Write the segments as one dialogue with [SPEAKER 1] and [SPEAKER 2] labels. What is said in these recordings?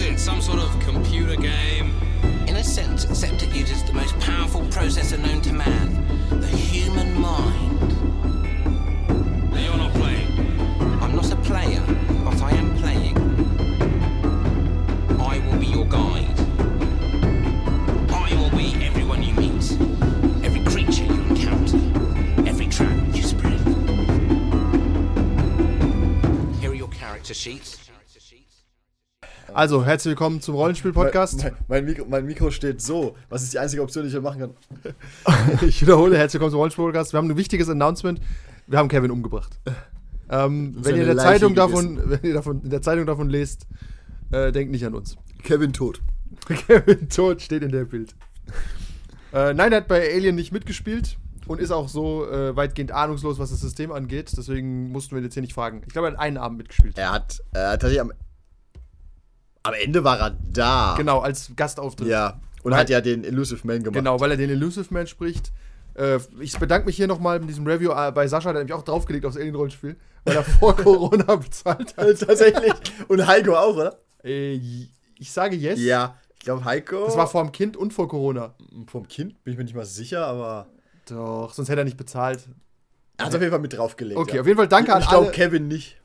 [SPEAKER 1] It's some sort of computer game.
[SPEAKER 2] In a sense, except it uses the most powerful processor known to man the human mind.
[SPEAKER 1] Now you're not playing.
[SPEAKER 2] I'm not a player, but I am playing. I will be your guide. I will be everyone you meet, every creature you encounter, every trap you spread. Here are your character sheets.
[SPEAKER 3] Also, herzlich willkommen zum Rollenspiel-Podcast.
[SPEAKER 4] Mein, mein, Mikro, mein Mikro steht so. Was ist die einzige Option, die ich hier machen kann?
[SPEAKER 3] Ich wiederhole, herzlich willkommen zum Rollenspiel-Podcast. Wir haben ein wichtiges Announcement. Wir haben Kevin umgebracht. Ähm, wenn, ihr
[SPEAKER 4] seine
[SPEAKER 3] in der
[SPEAKER 4] Leiche
[SPEAKER 3] Zeitung
[SPEAKER 4] gegessen.
[SPEAKER 3] davon, wenn ihr davon, in der Zeitung davon lest, äh, denkt nicht an uns.
[SPEAKER 4] Kevin tot.
[SPEAKER 3] Kevin tot steht in der Bild. Äh, nein, er hat bei Alien nicht mitgespielt und ist auch so äh, weitgehend ahnungslos, was das System angeht. Deswegen mussten wir ihn jetzt hier nicht fragen. Ich glaube, er hat einen Abend mitgespielt.
[SPEAKER 4] Er hat äh, tatsächlich am, am Ende war er da.
[SPEAKER 3] Genau, als Gastauftritt.
[SPEAKER 4] Ja. Und
[SPEAKER 3] Weil-
[SPEAKER 4] hat ja den Elusive Man gemacht.
[SPEAKER 3] Genau, weil er den Elusive Man spricht. Äh, ich bedanke mich hier nochmal in diesem Review äh, bei Sascha, der hat mich auch draufgelegt aufs Alien-Rollenspiel, weil er vor Corona bezahlt hat.
[SPEAKER 4] tatsächlich. Und Heiko auch, oder?
[SPEAKER 3] Äh, j- ich sage yes.
[SPEAKER 4] Ja. Ich glaube, Heiko.
[SPEAKER 3] Das war vor dem Kind und vor Corona.
[SPEAKER 4] vom Kind, bin ich mir nicht mal sicher, aber.
[SPEAKER 3] Doch, sonst hätte er nicht bezahlt.
[SPEAKER 4] Er hat auf jeden Fall mit draufgelegt.
[SPEAKER 3] Okay,
[SPEAKER 4] ja.
[SPEAKER 3] auf jeden Fall danke an
[SPEAKER 4] Ich glaube,
[SPEAKER 3] alle.
[SPEAKER 4] Kevin nicht.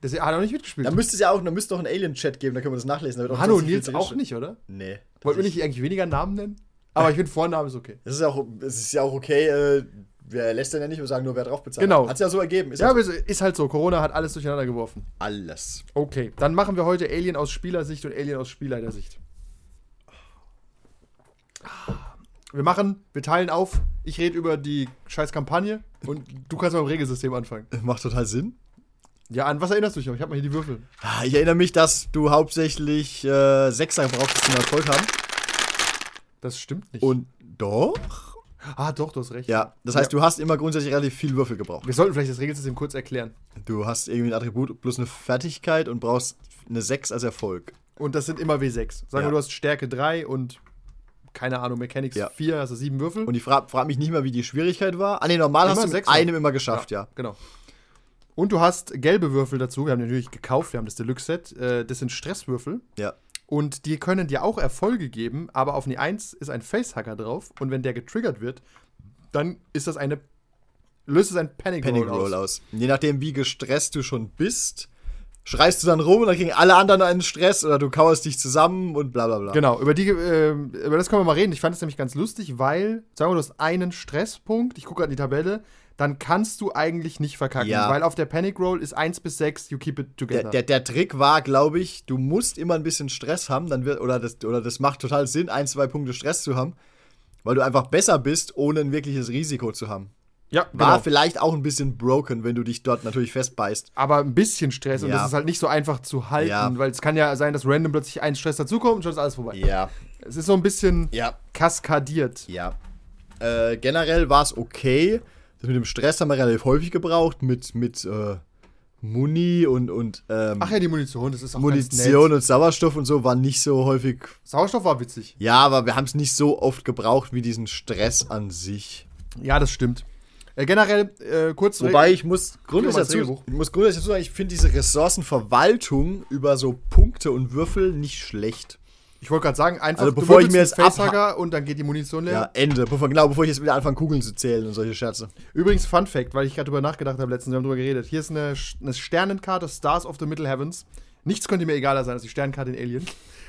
[SPEAKER 3] Das hat er auch nicht mitgespielt.
[SPEAKER 4] Da müsste es ja auch, da müsste noch einen Alien-Chat geben, da können wir das nachlesen. da wird auch
[SPEAKER 3] Hanno und
[SPEAKER 4] sonst viel
[SPEAKER 3] Nils auch
[SPEAKER 4] drinstehen.
[SPEAKER 3] nicht, oder?
[SPEAKER 4] Nee.
[SPEAKER 3] Wollten wir nicht eigentlich weniger Namen nennen? Aber ich finde, Vorname ist okay.
[SPEAKER 4] Das ist auch, es ist ja auch okay, äh, wer lässt denn ja nicht, wir sagen nur, wer drauf bezahlt.
[SPEAKER 3] Genau.
[SPEAKER 4] Hat es ja so ergeben. Ist
[SPEAKER 3] Ja,
[SPEAKER 4] ja
[SPEAKER 3] aber es ist halt so. Corona hat alles durcheinander geworfen.
[SPEAKER 4] alles.
[SPEAKER 3] Okay, dann machen wir heute Alien aus Spielersicht und Alien aus Spielleitersicht. Wir machen, wir teilen auf. Ich rede über die scheiß Kampagne und du kannst beim Regelsystem anfangen.
[SPEAKER 4] Macht total Sinn.
[SPEAKER 3] Ja, an was erinnerst du dich? noch? Ich habe mal hier die Würfel.
[SPEAKER 4] Ah, Ich erinnere mich, dass du hauptsächlich äh, Sechser brauchst, zum Erfolg haben.
[SPEAKER 3] Das stimmt nicht.
[SPEAKER 4] Und doch?
[SPEAKER 3] ah, doch, du hast recht.
[SPEAKER 4] Ja, das heißt,
[SPEAKER 3] Ja.
[SPEAKER 4] du hast immer grundsätzlich relativ viel Würfel gebraucht.
[SPEAKER 3] Wir sollten vielleicht das Regelsystem kurz erklären.
[SPEAKER 4] Du hast irgendwie ein Attribut plus eine Fertigkeit und brauchst eine 6 als Erfolg.
[SPEAKER 3] Und das sind immer W6. Sagen wir,
[SPEAKER 4] Ja.
[SPEAKER 3] du hast Stärke 3 und keine Ahnung, Mechanics
[SPEAKER 4] Ja.
[SPEAKER 3] 4, hast du 7 Würfel.
[SPEAKER 4] Und ich frage frag mich nicht mal, wie die Schwierigkeit war. Ah, nee, normal
[SPEAKER 3] Immer
[SPEAKER 4] hast du mit
[SPEAKER 3] Sechser.
[SPEAKER 4] einem immer geschafft, ja.
[SPEAKER 3] Genau. Und du hast gelbe Würfel dazu. Wir haben die natürlich gekauft, wir haben das Deluxe-Set. Äh, das sind Stresswürfel.
[SPEAKER 4] Ja.
[SPEAKER 3] Und die können dir auch Erfolge geben, aber auf eine 1 ist ein Facehacker drauf. Und wenn der getriggert wird, dann ist das eine. Löst es ein Panic,
[SPEAKER 4] Panic
[SPEAKER 3] Roll,
[SPEAKER 4] Roll
[SPEAKER 3] aus.
[SPEAKER 4] aus. Je nachdem, wie gestresst du schon bist, schreist du dann rum und dann kriegen alle anderen einen Stress oder du kauerst dich zusammen und bla bla bla.
[SPEAKER 3] Genau, über, die, ähm, über das können wir mal reden. Ich fand das nämlich ganz lustig, weil, sagen wir, du hast einen Stresspunkt, ich gucke gerade in die Tabelle, dann kannst du eigentlich nicht verkacken,
[SPEAKER 4] Ja.
[SPEAKER 3] weil auf der Panic Roll ist 1 bis 6, you keep it together.
[SPEAKER 4] Der, der, der Trick war, glaube ich, du musst immer ein bisschen Stress haben, dann wird, oder, das, oder das macht total Sinn, ein, zwei Punkte Stress zu haben, weil du einfach besser bist, ohne ein wirkliches Risiko zu haben.
[SPEAKER 3] ja,
[SPEAKER 4] War
[SPEAKER 3] genau.
[SPEAKER 4] vielleicht auch ein bisschen broken, wenn du dich dort natürlich festbeißt.
[SPEAKER 3] aber ein bisschen Stress und
[SPEAKER 4] Ja.
[SPEAKER 3] das ist halt nicht so einfach zu halten,
[SPEAKER 4] Ja.
[SPEAKER 3] weil es kann ja sein, dass random plötzlich ein Stress dazukommt und schon ist alles vorbei.
[SPEAKER 4] Ja,
[SPEAKER 3] Es ist so ein bisschen
[SPEAKER 4] ja,
[SPEAKER 3] kaskadiert.
[SPEAKER 4] ja. Äh, generell war es okay. Das mit dem Stress haben wir relativ häufig gebraucht, mit, mit äh, Muni und, und ähm,
[SPEAKER 3] Ach ja, die Munition, das ist auch ganz
[SPEAKER 4] Munition
[SPEAKER 3] nett.
[SPEAKER 4] und Sauerstoff und so war nicht so häufig.
[SPEAKER 3] Sauerstoff war witzig.
[SPEAKER 4] Ja, aber wir haben es nicht so oft gebraucht wie diesen Stress an sich.
[SPEAKER 3] Ja, das stimmt. Äh, generell, äh, kurz
[SPEAKER 4] Wobei ich muss
[SPEAKER 3] Führ mal
[SPEAKER 4] grundsätzlich
[SPEAKER 3] das
[SPEAKER 4] dazu,
[SPEAKER 3] Drehbuch.
[SPEAKER 4] ich muss grundsätzlich dazu sagen, ich finde diese Ressourcenverwaltung über so Punkte und Würfel nicht schlecht.
[SPEAKER 3] ich wollte gerade sagen, einfach
[SPEAKER 4] Also bevor ich
[SPEAKER 3] würfelst
[SPEAKER 4] mir
[SPEAKER 3] einen
[SPEAKER 4] jetzt
[SPEAKER 3] Facehacker und dann geht die Munition leer.
[SPEAKER 4] Ja, Ende. Bevor, genau, bevor ich jetzt wieder anfange, Kugeln zu zählen und solche Scherze.
[SPEAKER 3] Übrigens, Fun Fact, weil ich gerade drüber nachgedacht habe letztens, wir haben drüber geredet. Hier ist eine, Sch- eine Sternenkarte Stars of the Middle Heavens. Nichts könnte mir egaler sein als die Sternenkarte in Alien.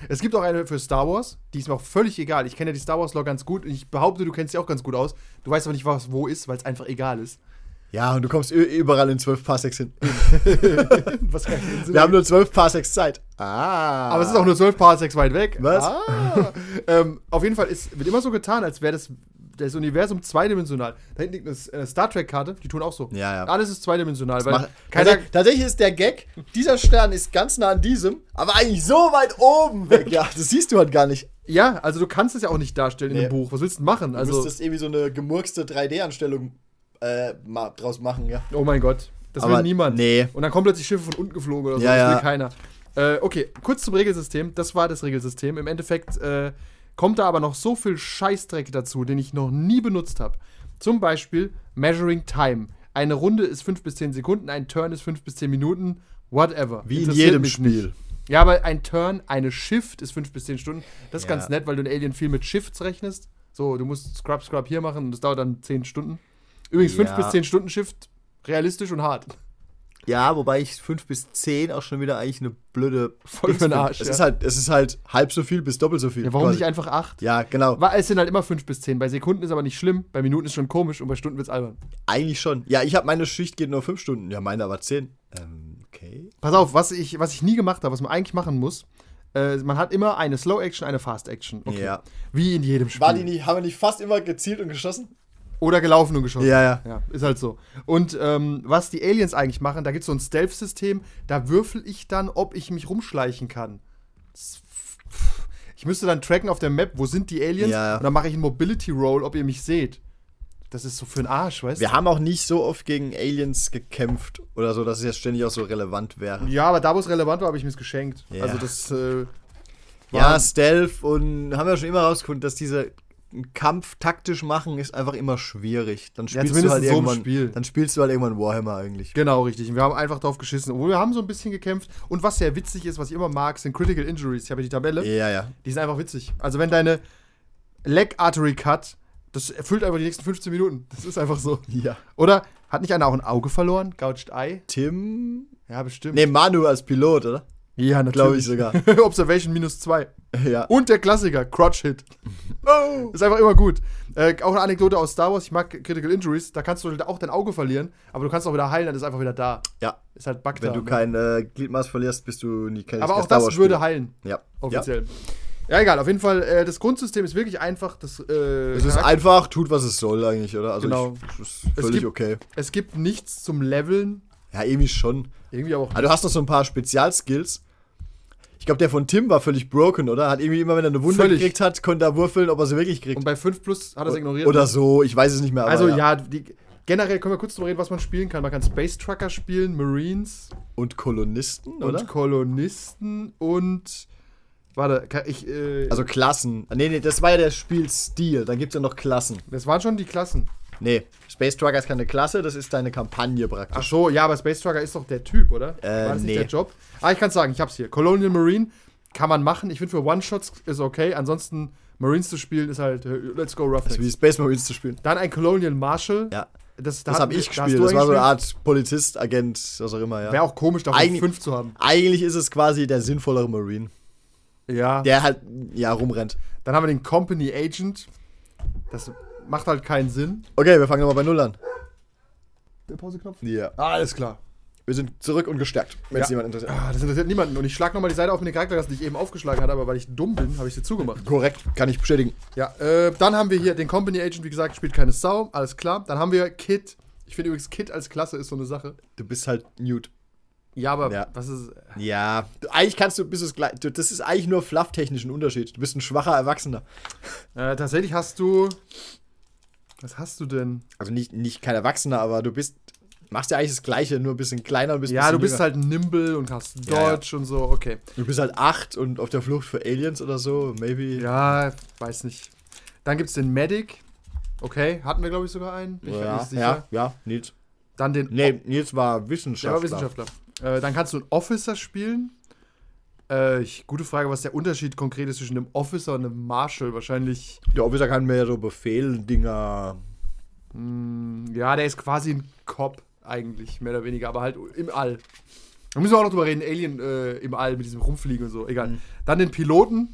[SPEAKER 3] Es gibt auch eine für Star Wars, die ist mir auch völlig egal. Ich kenne ja die Star Wars-Log ganz gut und ich behaupte, du kennst sie auch ganz gut aus. Du weißt aber nicht, was wo ist, weil es einfach egal ist.
[SPEAKER 4] Ja, und du kommst ü- überall in 12 Parsecs hin.
[SPEAKER 3] Was keinen Sinn
[SPEAKER 4] Wir haben nur 12 Parsecs Zeit. Ah.
[SPEAKER 3] Aber es ist auch nur 12 Parsecs weit weg.
[SPEAKER 4] Was?
[SPEAKER 3] Ah. ähm, auf jeden Fall ist, wird immer so getan, als wäre das, das Universum zweidimensional. Da hinten liegt eine S- eine Star Trek-Karte, die tun auch so.
[SPEAKER 4] Ja, also ja.
[SPEAKER 3] Alles ist zweidimensional, weil
[SPEAKER 4] Mach,
[SPEAKER 3] keiner.
[SPEAKER 4] tatsächlich, tatsächlich ist der Gag, dieser Stern ist ganz nah an diesem, aber eigentlich so weit oben weg. Ja, das siehst du halt gar nicht.
[SPEAKER 3] Ja, also du kannst es ja auch nicht darstellen in
[SPEAKER 4] Nee.
[SPEAKER 3] dem Buch. Was willst du denn machen?
[SPEAKER 4] Du
[SPEAKER 3] Also,
[SPEAKER 4] müsstest irgendwie so eine gemurkste 3D-Anstellung äh, ma- draus machen, ja.
[SPEAKER 3] oh mein Gott, das will
[SPEAKER 4] Aber
[SPEAKER 3] niemand.
[SPEAKER 4] nee.
[SPEAKER 3] Und dann kommen plötzlich Schiffe von unten geflogen oder so.
[SPEAKER 4] Ja,
[SPEAKER 3] das will
[SPEAKER 4] ja.
[SPEAKER 3] keiner. Äh, okay, kurz zum Regelsystem. Das war das Regelsystem. Im Endeffekt äh, kommt da aber noch so viel Scheißdreck dazu, den ich noch nie benutzt habe. Zum Beispiel Measuring Time. Eine Runde ist 5 bis 10 Sekunden, ein Turn ist 5 bis 10 Minuten, whatever.
[SPEAKER 4] Wie in
[SPEAKER 3] Interessiert
[SPEAKER 4] jedem
[SPEAKER 3] mich
[SPEAKER 4] Spiel.
[SPEAKER 3] nicht. Ja, aber ein Turn, eine Shift ist 5 bis 10 Stunden. Das ist
[SPEAKER 4] Ja.
[SPEAKER 3] ganz nett, weil du in Alien viel mit Shifts rechnest. So, du musst Scrub, Scrub hier machen und das dauert dann 10 Stunden. Übrigens, 5
[SPEAKER 4] Ja.
[SPEAKER 3] bis 10 Stunden Shift, realistisch und hart.
[SPEAKER 4] Ja, wobei ich 5 bis 10 auch schon wieder eigentlich eine blöde.
[SPEAKER 3] Voll für den
[SPEAKER 4] Dings bin.
[SPEAKER 3] Arsch,
[SPEAKER 4] Es,
[SPEAKER 3] ja.
[SPEAKER 4] ist halt, es ist halt halb so viel bis doppelt so viel.
[SPEAKER 3] Ja, warum
[SPEAKER 4] quasi.
[SPEAKER 3] nicht einfach 8?
[SPEAKER 4] Ja, genau.
[SPEAKER 3] Wa- Es sind halt immer 5 bis 10. Bei Sekunden ist aber nicht schlimm, bei Minuten ist schon komisch und bei Stunden wird's albern.
[SPEAKER 4] Eigentlich schon. Ja, ich habe meine Schicht geht nur 5 Stunden. Ja, meine aber 10. Ähm, okay.
[SPEAKER 3] Pass auf, was ich, was ich nie gemacht habe, was man eigentlich machen muss, äh, man hat immer eine Slow Action, eine Fast Action.
[SPEAKER 4] Ja.
[SPEAKER 3] Wie in jedem Spiel.
[SPEAKER 4] War die nicht, haben wir nicht fast immer gezielt und geschossen?
[SPEAKER 3] Oder gelaufen und geschossen.
[SPEAKER 4] Ja, ja.
[SPEAKER 3] Ja, ist halt so. Und ähm, was die Aliens eigentlich machen, da gibt es so ein Stealth-System, da würfel ich dann, ob ich mich rumschleichen kann. Das- Ich müsste dann tracken auf der Map, wo sind die Aliens?
[SPEAKER 4] Ja, ja.
[SPEAKER 3] Und dann mache ich einen Mobility-Roll, ob ihr mich seht. Das ist so für den Arsch, weißt du?
[SPEAKER 4] Wir haben auch nicht so oft gegen Aliens gekämpft oder so, dass es jetzt ständig auch so relevant wäre.
[SPEAKER 3] Ja, aber da, wo es relevant war, habe ich mir's geschenkt.
[SPEAKER 4] Ja.
[SPEAKER 3] Also das äh,
[SPEAKER 4] Ja, Stealth und haben wir schon immer rausgefunden, dass diese Kampf taktisch machen ist einfach immer schwierig. Dann spielst du
[SPEAKER 3] zumindest
[SPEAKER 4] halt
[SPEAKER 3] in so einem
[SPEAKER 4] irgendwann
[SPEAKER 3] Spiel.
[SPEAKER 4] dann spielst du halt irgendwann Warhammer eigentlich.
[SPEAKER 3] Genau, richtig. Und wir haben einfach drauf geschissen. Obwohl wir haben so ein bisschen gekämpft. Und was sehr witzig ist, was ich immer mag, sind Critical Injuries. Ich habe hier die Tabelle.
[SPEAKER 4] Ja, ja.
[SPEAKER 3] Die sind einfach witzig. Also wenn deine Leg Artery Cut, das erfüllt einfach die nächsten 15 Minuten. Das ist einfach so.
[SPEAKER 4] Ja.
[SPEAKER 3] Oder hat nicht einer auch ein Auge verloren? Gouged Eye?
[SPEAKER 4] Tim
[SPEAKER 3] Ja, bestimmt.
[SPEAKER 4] Nee, Manu als Pilot, oder?
[SPEAKER 3] ja, natürlich.
[SPEAKER 4] glaub ich sogar.
[SPEAKER 3] Observation minus 2.
[SPEAKER 4] Ja.
[SPEAKER 3] Und der Klassiker, Crotch Hit.
[SPEAKER 4] Oh.
[SPEAKER 3] Ist einfach immer gut. Äh, auch eine Anekdote aus Star Wars, ich mag Critical Injuries, da kannst du auch dein Auge verlieren, aber du kannst auch wieder heilen, dann ist einfach wieder da.
[SPEAKER 4] Ja.
[SPEAKER 3] Ist halt Bug
[SPEAKER 4] Wenn
[SPEAKER 3] da,
[SPEAKER 4] du
[SPEAKER 3] ne?
[SPEAKER 4] kein äh, Gliedmaß verlierst, bist du nie kein
[SPEAKER 3] Aber
[SPEAKER 4] kein
[SPEAKER 3] auch das würde
[SPEAKER 4] Dauerspiel.
[SPEAKER 3] heilen.
[SPEAKER 4] Ja. Ja.
[SPEAKER 3] Offiziell. Ja, egal. Auf jeden Fall, äh, das Grundsystem ist wirklich einfach. Das, äh,
[SPEAKER 4] Es ist
[SPEAKER 3] Charakter-
[SPEAKER 4] einfach, tut was es soll eigentlich, oder? Also
[SPEAKER 3] Genau.
[SPEAKER 4] ich, ist
[SPEAKER 3] Es
[SPEAKER 4] völlig
[SPEAKER 3] gibt-
[SPEAKER 4] okay.
[SPEAKER 3] es gibt nichts zum Leveln.
[SPEAKER 4] Ja, irgendwie schon.
[SPEAKER 3] Irgendwie aber auch.
[SPEAKER 4] Aber Ah, du hast noch so ein paar Spezialskills. Ich glaube, der von Tim war völlig broken, oder? Hat irgendwie immer, wenn er eine Wunde
[SPEAKER 3] Völlig.
[SPEAKER 4] gekriegt hat, konnte er würfeln, ob er sie wirklich kriegt.
[SPEAKER 3] Und bei 5 Plus hat er es ignoriert. ne?
[SPEAKER 4] Oder so, ich weiß es nicht mehr. aber
[SPEAKER 3] also, ja, die, generell können wir kurz drüber reden, was man spielen kann. Man kann Space Trucker spielen, Marines
[SPEAKER 4] Und Kolonisten, oder?
[SPEAKER 3] und Kolonisten und. Warte, kann ich. Äh,
[SPEAKER 4] also Klassen. Nee, nee, das war ja der Spielstil. Dann gibt es ja noch Klassen.
[SPEAKER 3] das waren schon die Klassen.
[SPEAKER 4] Nee, Space Trucker ist keine Klasse, das ist deine Kampagne
[SPEAKER 3] Ach
[SPEAKER 4] praktisch.
[SPEAKER 3] so, ja, aber Space Trucker ist doch der Typ, oder?
[SPEAKER 4] Äh,
[SPEAKER 3] War das
[SPEAKER 4] nee.
[SPEAKER 3] nicht der Job? Ah, ich kann sagen, ich hab's hier. Colonial Marine kann man machen. Ich finde für One-Shots ist okay. Ansonsten Marines zu spielen ist halt, äh, let's go
[SPEAKER 4] Das ist
[SPEAKER 3] Roughnecks.
[SPEAKER 4] wie Space Marines zu spielen.
[SPEAKER 3] Dann ein Colonial Marshal.
[SPEAKER 4] Ja.
[SPEAKER 3] Das, da hatten
[SPEAKER 4] Das habe
[SPEAKER 3] wir-
[SPEAKER 4] ich
[SPEAKER 3] da hast
[SPEAKER 4] gespielt.
[SPEAKER 3] du
[SPEAKER 4] Das war so eine
[SPEAKER 3] gespielt.
[SPEAKER 4] Art Polizist, Agent, was auch immer, ja.
[SPEAKER 3] Wäre auch komisch, davon
[SPEAKER 4] Eigentlich-
[SPEAKER 3] fünf zu haben.
[SPEAKER 4] Eigentlich ist es quasi der sinnvollere Marine,
[SPEAKER 3] Ja.
[SPEAKER 4] der halt, ja, rumrennt.
[SPEAKER 3] Dann haben wir den Company Agent. Das macht halt keinen Sinn.
[SPEAKER 4] Okay, wir fangen nochmal bei Null an.
[SPEAKER 3] Der Pauseknopf?
[SPEAKER 4] Ja.
[SPEAKER 3] Alles klar.
[SPEAKER 4] Wir sind zurück und gestärkt, wenn es
[SPEAKER 3] Ja.
[SPEAKER 4] jemand interessiert.
[SPEAKER 3] Ah, das interessiert niemanden. Und ich schlag nochmal die Seite auf mit den Charakterklassen, die ich eben aufgeschlagen hatte, aber weil ich dumm bin, habe ich sie zugemacht.
[SPEAKER 4] Korrekt, kann ich bestätigen.
[SPEAKER 3] Ja, äh, dann haben wir hier den Company Agent, wie gesagt, spielt keine Sau, alles klar. Dann haben wir Kit. Ich finde übrigens, Kit als Klasse ist so eine Sache.
[SPEAKER 4] Du bist halt Newt.
[SPEAKER 3] Ja, aber
[SPEAKER 4] Ja.
[SPEAKER 3] was ist.
[SPEAKER 4] Ja. Du, eigentlich kannst du, bist es gleich. Du, das ist eigentlich nur flufftechnischen Unterschied. Du bist ein schwacher Erwachsener.
[SPEAKER 3] Äh, tatsächlich hast du. Was hast du denn?
[SPEAKER 4] Also nicht, nicht kein Erwachsener, aber du bist. Machst ja eigentlich das Gleiche, nur ein bisschen kleiner und bist ein
[SPEAKER 3] Ja, du
[SPEAKER 4] bisschen
[SPEAKER 3] bist
[SPEAKER 4] jünger.
[SPEAKER 3] halt nimble und hast Dodge
[SPEAKER 4] Ja, ja.
[SPEAKER 3] und so, okay.
[SPEAKER 4] Du bist halt acht und auf der Flucht für Aliens oder so, maybe.
[SPEAKER 3] Ja, weiß nicht. Dann gibt's den Medic. Okay, hatten wir, glaube ich, sogar einen. Bin ich mir
[SPEAKER 4] ja,
[SPEAKER 3] nicht sicher.
[SPEAKER 4] ja, ja, Nils.
[SPEAKER 3] Dann den
[SPEAKER 4] Nee, Nils war
[SPEAKER 3] Der
[SPEAKER 4] Wissenschaftler.
[SPEAKER 3] war Wissenschaftler. Äh, dann kannst du einen Officer spielen. Äh, ich, gute Frage, was der Unterschied konkret ist zwischen einem Officer und einem Marshal. Wahrscheinlich,
[SPEAKER 4] Der Officer kann mehr so Befehlen, Dinger.
[SPEAKER 3] hm, ja, der ist quasi ein Cop eigentlich, mehr oder weniger, aber halt im All. Da müssen wir auch noch drüber reden, Alien äh, im All mit diesem Rumfliegen und so, egal.
[SPEAKER 4] Mhm.
[SPEAKER 3] Dann den Piloten.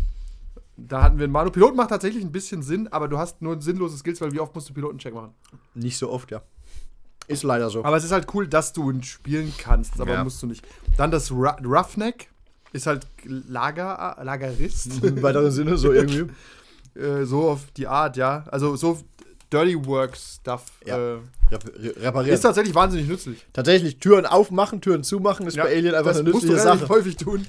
[SPEAKER 3] Da hatten wir einen Manu. Piloten macht tatsächlich ein bisschen Sinn, aber du hast nur sinnlose Skills, weil wie oft musst du Pilotencheck machen?
[SPEAKER 4] Nicht so oft, ja. Ist leider so.
[SPEAKER 3] Aber es ist halt cool, dass du ihn spielen kannst, aber
[SPEAKER 4] Ja.
[SPEAKER 3] musst du nicht. Dann das Ru Roughneck ist halt Lager Lagerist.
[SPEAKER 4] Im weiteren Sinne so irgendwie.
[SPEAKER 3] Äh, so auf die Art, ja. Also so Dirty Work Stuff.
[SPEAKER 4] Ja.
[SPEAKER 3] Äh,
[SPEAKER 4] Rep re- reparieren.
[SPEAKER 3] ist tatsächlich wahnsinnig nützlich.
[SPEAKER 4] Tatsächlich, Türen aufmachen, Türen zumachen ist bei Alien einfach
[SPEAKER 3] das
[SPEAKER 4] eine
[SPEAKER 3] musst du
[SPEAKER 4] nützliche
[SPEAKER 3] relativ
[SPEAKER 4] Sache.
[SPEAKER 3] häufig tun.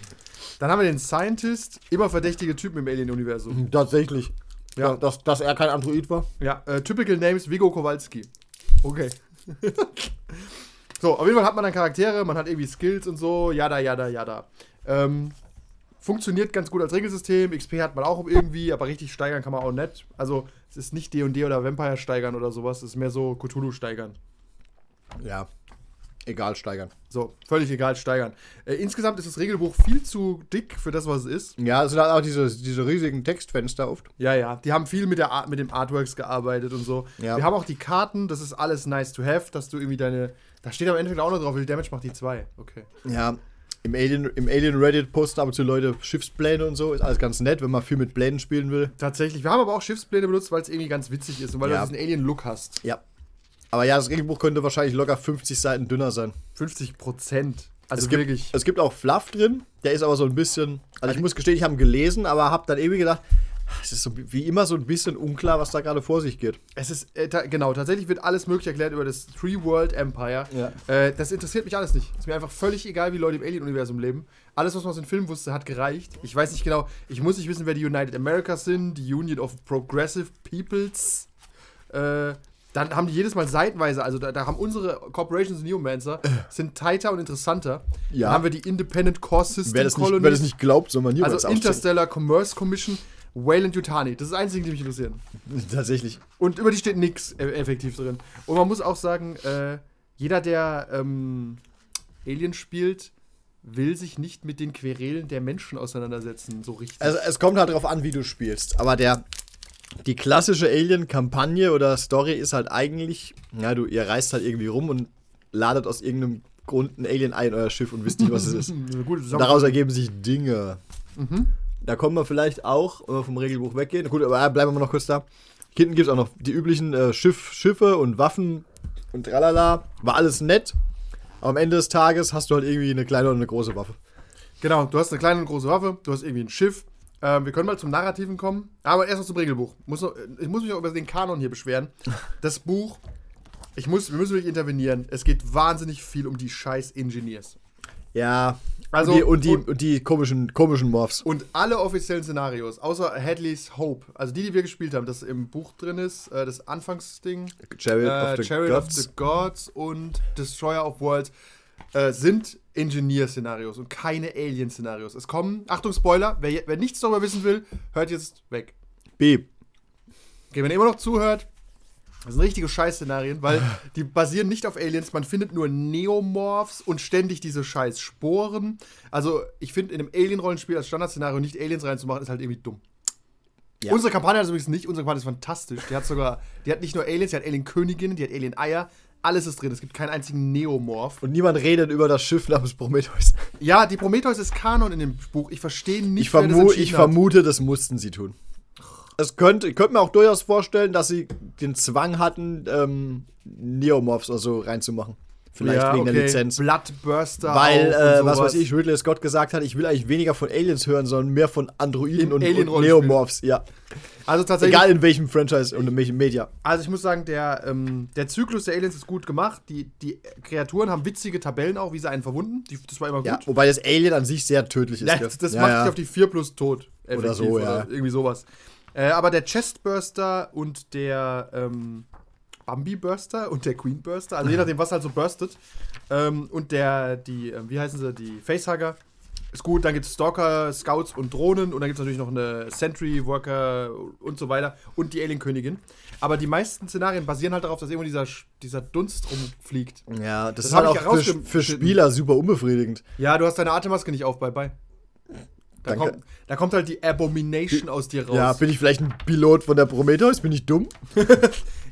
[SPEAKER 3] Dann haben wir den Scientist, immer verdächtige Typen im Alien-Universum.
[SPEAKER 4] Tatsächlich. Ja. Dass, dass er kein Android war.
[SPEAKER 3] Ja, äh, typical names Vigo Kowalski. Okay. so, auf jeden Fall hat man dann Charaktere, man hat irgendwie Skills und so, jada, jada, jada. Ähm, funktioniert ganz gut als Regelsystem, XP hat man auch irgendwie, aber richtig steigern kann man auch nicht. Also, es ist nicht D&D oder Vampire steigern oder sowas, es ist mehr so Cthulhu steigern.
[SPEAKER 4] Ja. egal steigern.
[SPEAKER 3] So, völlig egal, steigern. Äh, insgesamt ist das Regelbuch viel zu dick für das, was es ist.
[SPEAKER 4] Ja, es sind halt auch diese, diese riesigen Textfenster oft.
[SPEAKER 3] Ja, ja. Die haben viel mit, der Art, mit dem Artworks gearbeitet und so.
[SPEAKER 4] Ja.
[SPEAKER 3] Wir haben auch die Karten, das ist alles nice to have, dass du irgendwie deine. Da steht am Ende auch noch drauf, wie viel Damage macht die 2. Okay.
[SPEAKER 4] Ja. Im Alien, im Alien Reddit posten ab und zu Leute Schiffspläne und so. Ist alles ganz nett, wenn man viel mit Plänen spielen will.
[SPEAKER 3] Tatsächlich. Wir haben aber auch Schiffspläne benutzt, weil es irgendwie ganz witzig ist und weil
[SPEAKER 4] Ja.
[SPEAKER 3] du diesen Alien-Look hast.
[SPEAKER 4] Ja. Aber ja, das Regelbuch könnte wahrscheinlich locker 50 Seiten dünner sein.
[SPEAKER 3] 50 Prozent. Also
[SPEAKER 4] es gibt,
[SPEAKER 3] wirklich.
[SPEAKER 4] Es gibt auch Fluff drin, der ist aber so ein bisschen. Also ich muss gestehen, ich habe ihn gelesen, aber habe dann ewig gedacht, es ist so, wie immer so ein bisschen unklar, was da gerade vor sich geht.
[SPEAKER 3] Es ist, äh, ta genau, tatsächlich wird alles möglich erklärt über das Three World Empire.
[SPEAKER 4] Ja.
[SPEAKER 3] Äh, das interessiert mich alles nicht. Ist mir einfach völlig egal, wie Leute im Alien-Universum leben. Alles, was man aus den Filmen wusste, hat gereicht. Ich weiß nicht genau, ich muss nicht wissen, wer die United Americas sind, die Union of Progressive Peoples. Äh, dann haben die jedes Mal seitenweise, also da, da haben unsere Corporations und Neomancer, sind tighter und interessanter.
[SPEAKER 4] Äh. Ja.
[SPEAKER 3] Dann haben wir die Independent Core System
[SPEAKER 4] Wer das, nicht,
[SPEAKER 3] Colonies.
[SPEAKER 4] wer das nicht glaubt, soll man hier
[SPEAKER 3] also Interstellar Commerce Commission, Wayland Yutani. Das ist das Einzige, die mich interessieren.
[SPEAKER 4] Tatsächlich.
[SPEAKER 3] Und über die steht nichts effektiv drin. Und man muss auch sagen, äh, jeder, der ähm, Alien spielt, will sich nicht mit den Querelen der Menschen auseinandersetzen, so richtig.
[SPEAKER 4] Also es kommt halt darauf an, wie du spielst. Aber der, die klassische Alien-Kampagne oder Story ist halt eigentlich, na du, ihr reist halt irgendwie rum und ladet aus irgendeinem Grund ein Alien ein in euer Schiff und wisst nicht, was es ist.
[SPEAKER 3] eine gute Zusammenfassung.
[SPEAKER 4] Daraus ergeben sich Dinge.
[SPEAKER 3] Mhm.
[SPEAKER 4] Da kommen wir vielleicht auch, wenn wir vom Regelbuch weggehen. Gut, aber äh, bleiben wir noch kurz da. Hinten gibt es auch noch die üblichen äh, Schiff, Schiffe und Waffen und tralala. War alles nett. Aber am Ende des Tages hast du halt irgendwie eine kleine und eine große Waffe.
[SPEAKER 3] Genau, du hast eine kleine und große Waffe, du hast irgendwie ein Schiff. Ähm, wir können mal zum Narrativen kommen. Aber erst noch zum Regelbuch. Muss noch, äh, ich muss mich auch über den Kanon hier beschweren. Das Buch, ich muss, wir müssen wirklich intervenieren. Es geht wahnsinnig viel um die scheiß Engineers.
[SPEAKER 4] Ja.
[SPEAKER 3] Also-
[SPEAKER 4] und die, und die,
[SPEAKER 3] und-
[SPEAKER 4] und die komischen, komischen Morphs.
[SPEAKER 3] Und alle offiziellen Szenarios, außer Hadley's Hope, also die, die wir gespielt haben, das im Buch drin ist, äh, das Anfangsding,
[SPEAKER 4] Chariot
[SPEAKER 3] äh, Chariot of the Gods und Destroyer of Worlds, äh, sind Engineer-Szenarios und keine Alien-Szenarios. Es kommen, Achtung, Spoiler, wer, je- wer nichts darüber wissen will, hört jetzt weg.
[SPEAKER 4] B.
[SPEAKER 3] Okay, wenn ihr immer noch zuhört, das sind richtige Scheiß-Szenarien, weil die basieren nicht auf Aliens. Man findet nur Neomorphs und ständig diese scheiß Sporen. Also, ich finde, in einem Alien-Rollenspiel als Standardszenario nicht Aliens reinzumachen, ist halt irgendwie dumm.
[SPEAKER 4] Ja.
[SPEAKER 3] Unsere Kampagne hat es übrigens nicht. Unsere Kampagne ist fantastisch. Die hat sogar, die hat nicht nur Aliens, die hat Alien-Königinnen, die hat Alien-Eier. Alles ist drin. Es gibt keinen einzigen Neomorph.
[SPEAKER 4] Und niemand redet über das Schiff namens Prometheus.
[SPEAKER 3] Ja, die Prometheus ist Kanon in dem Buch. Ich verstehe nicht,
[SPEAKER 4] Ich, vermu
[SPEAKER 3] das
[SPEAKER 4] ich
[SPEAKER 3] entschieden hat.
[SPEAKER 4] vermute, das mussten sie tun. Es könnte, ich könnte mir auch durchaus vorstellen, dass sie den Zwang hatten, ähm, Neomorphs oder so reinzumachen. Vielleicht
[SPEAKER 3] ja,
[SPEAKER 4] wegen
[SPEAKER 3] okay.
[SPEAKER 4] der Lizenz.
[SPEAKER 3] Bloodburster.
[SPEAKER 4] Weil,
[SPEAKER 3] auch und
[SPEAKER 4] äh, was
[SPEAKER 3] sowas.
[SPEAKER 4] weiß ich, Ridley Scott gesagt hat, ich will eigentlich weniger von Aliens hören, sondern mehr von Androiden
[SPEAKER 3] Im
[SPEAKER 4] und, und
[SPEAKER 3] Alien-Rollenspiel.
[SPEAKER 4] Neomorphs. Ja.
[SPEAKER 3] Also tatsächlich.
[SPEAKER 4] Egal in welchem Franchise und in welchem Media.
[SPEAKER 3] Also ich muss sagen, der, ähm, der Zyklus der Aliens ist gut gemacht. Die, die Kreaturen haben witzige Tabellen auch, wie sie einen verwunden. Die, das war immer gut.
[SPEAKER 4] Ja, wobei das Alien an sich sehr tödlich ist.
[SPEAKER 3] Ja,
[SPEAKER 4] gell?
[SPEAKER 3] das das
[SPEAKER 4] ja,
[SPEAKER 3] macht
[SPEAKER 4] ja.
[SPEAKER 3] dich auf die 4 plus tot. effektiv,
[SPEAKER 4] so, ja.
[SPEAKER 3] Irgendwie sowas. Äh, aber der Chestburster und der ähm, Bambi-Burster und der Queen-Burster, also je nachdem, was halt so burstet. Ähm, und der, die, äh, wie heißen sie, die Facehugger. Ist gut, dann gibt es Stalker, Scouts und Drohnen und dann gibt es natürlich noch eine Sentry, Worker und so weiter und die Alien-Königin. Aber die meisten Szenarien basieren halt darauf, dass irgendwo dieser, Sch- dieser Dunst rumfliegt.
[SPEAKER 4] ja, das, ist
[SPEAKER 3] hab
[SPEAKER 4] halt
[SPEAKER 3] ich
[SPEAKER 4] auch für,
[SPEAKER 3] herausgefunden.
[SPEAKER 4] für Spieler super unbefriedigend.
[SPEAKER 3] Ja, du hast deine Atemmaske nicht auf, bye bye. Da,
[SPEAKER 4] Danke.
[SPEAKER 3] kommt, da kommt halt die Abomination aus dir raus.
[SPEAKER 4] Ja, bin ich vielleicht ein Pilot von der Prometheus? Bin ich dumm?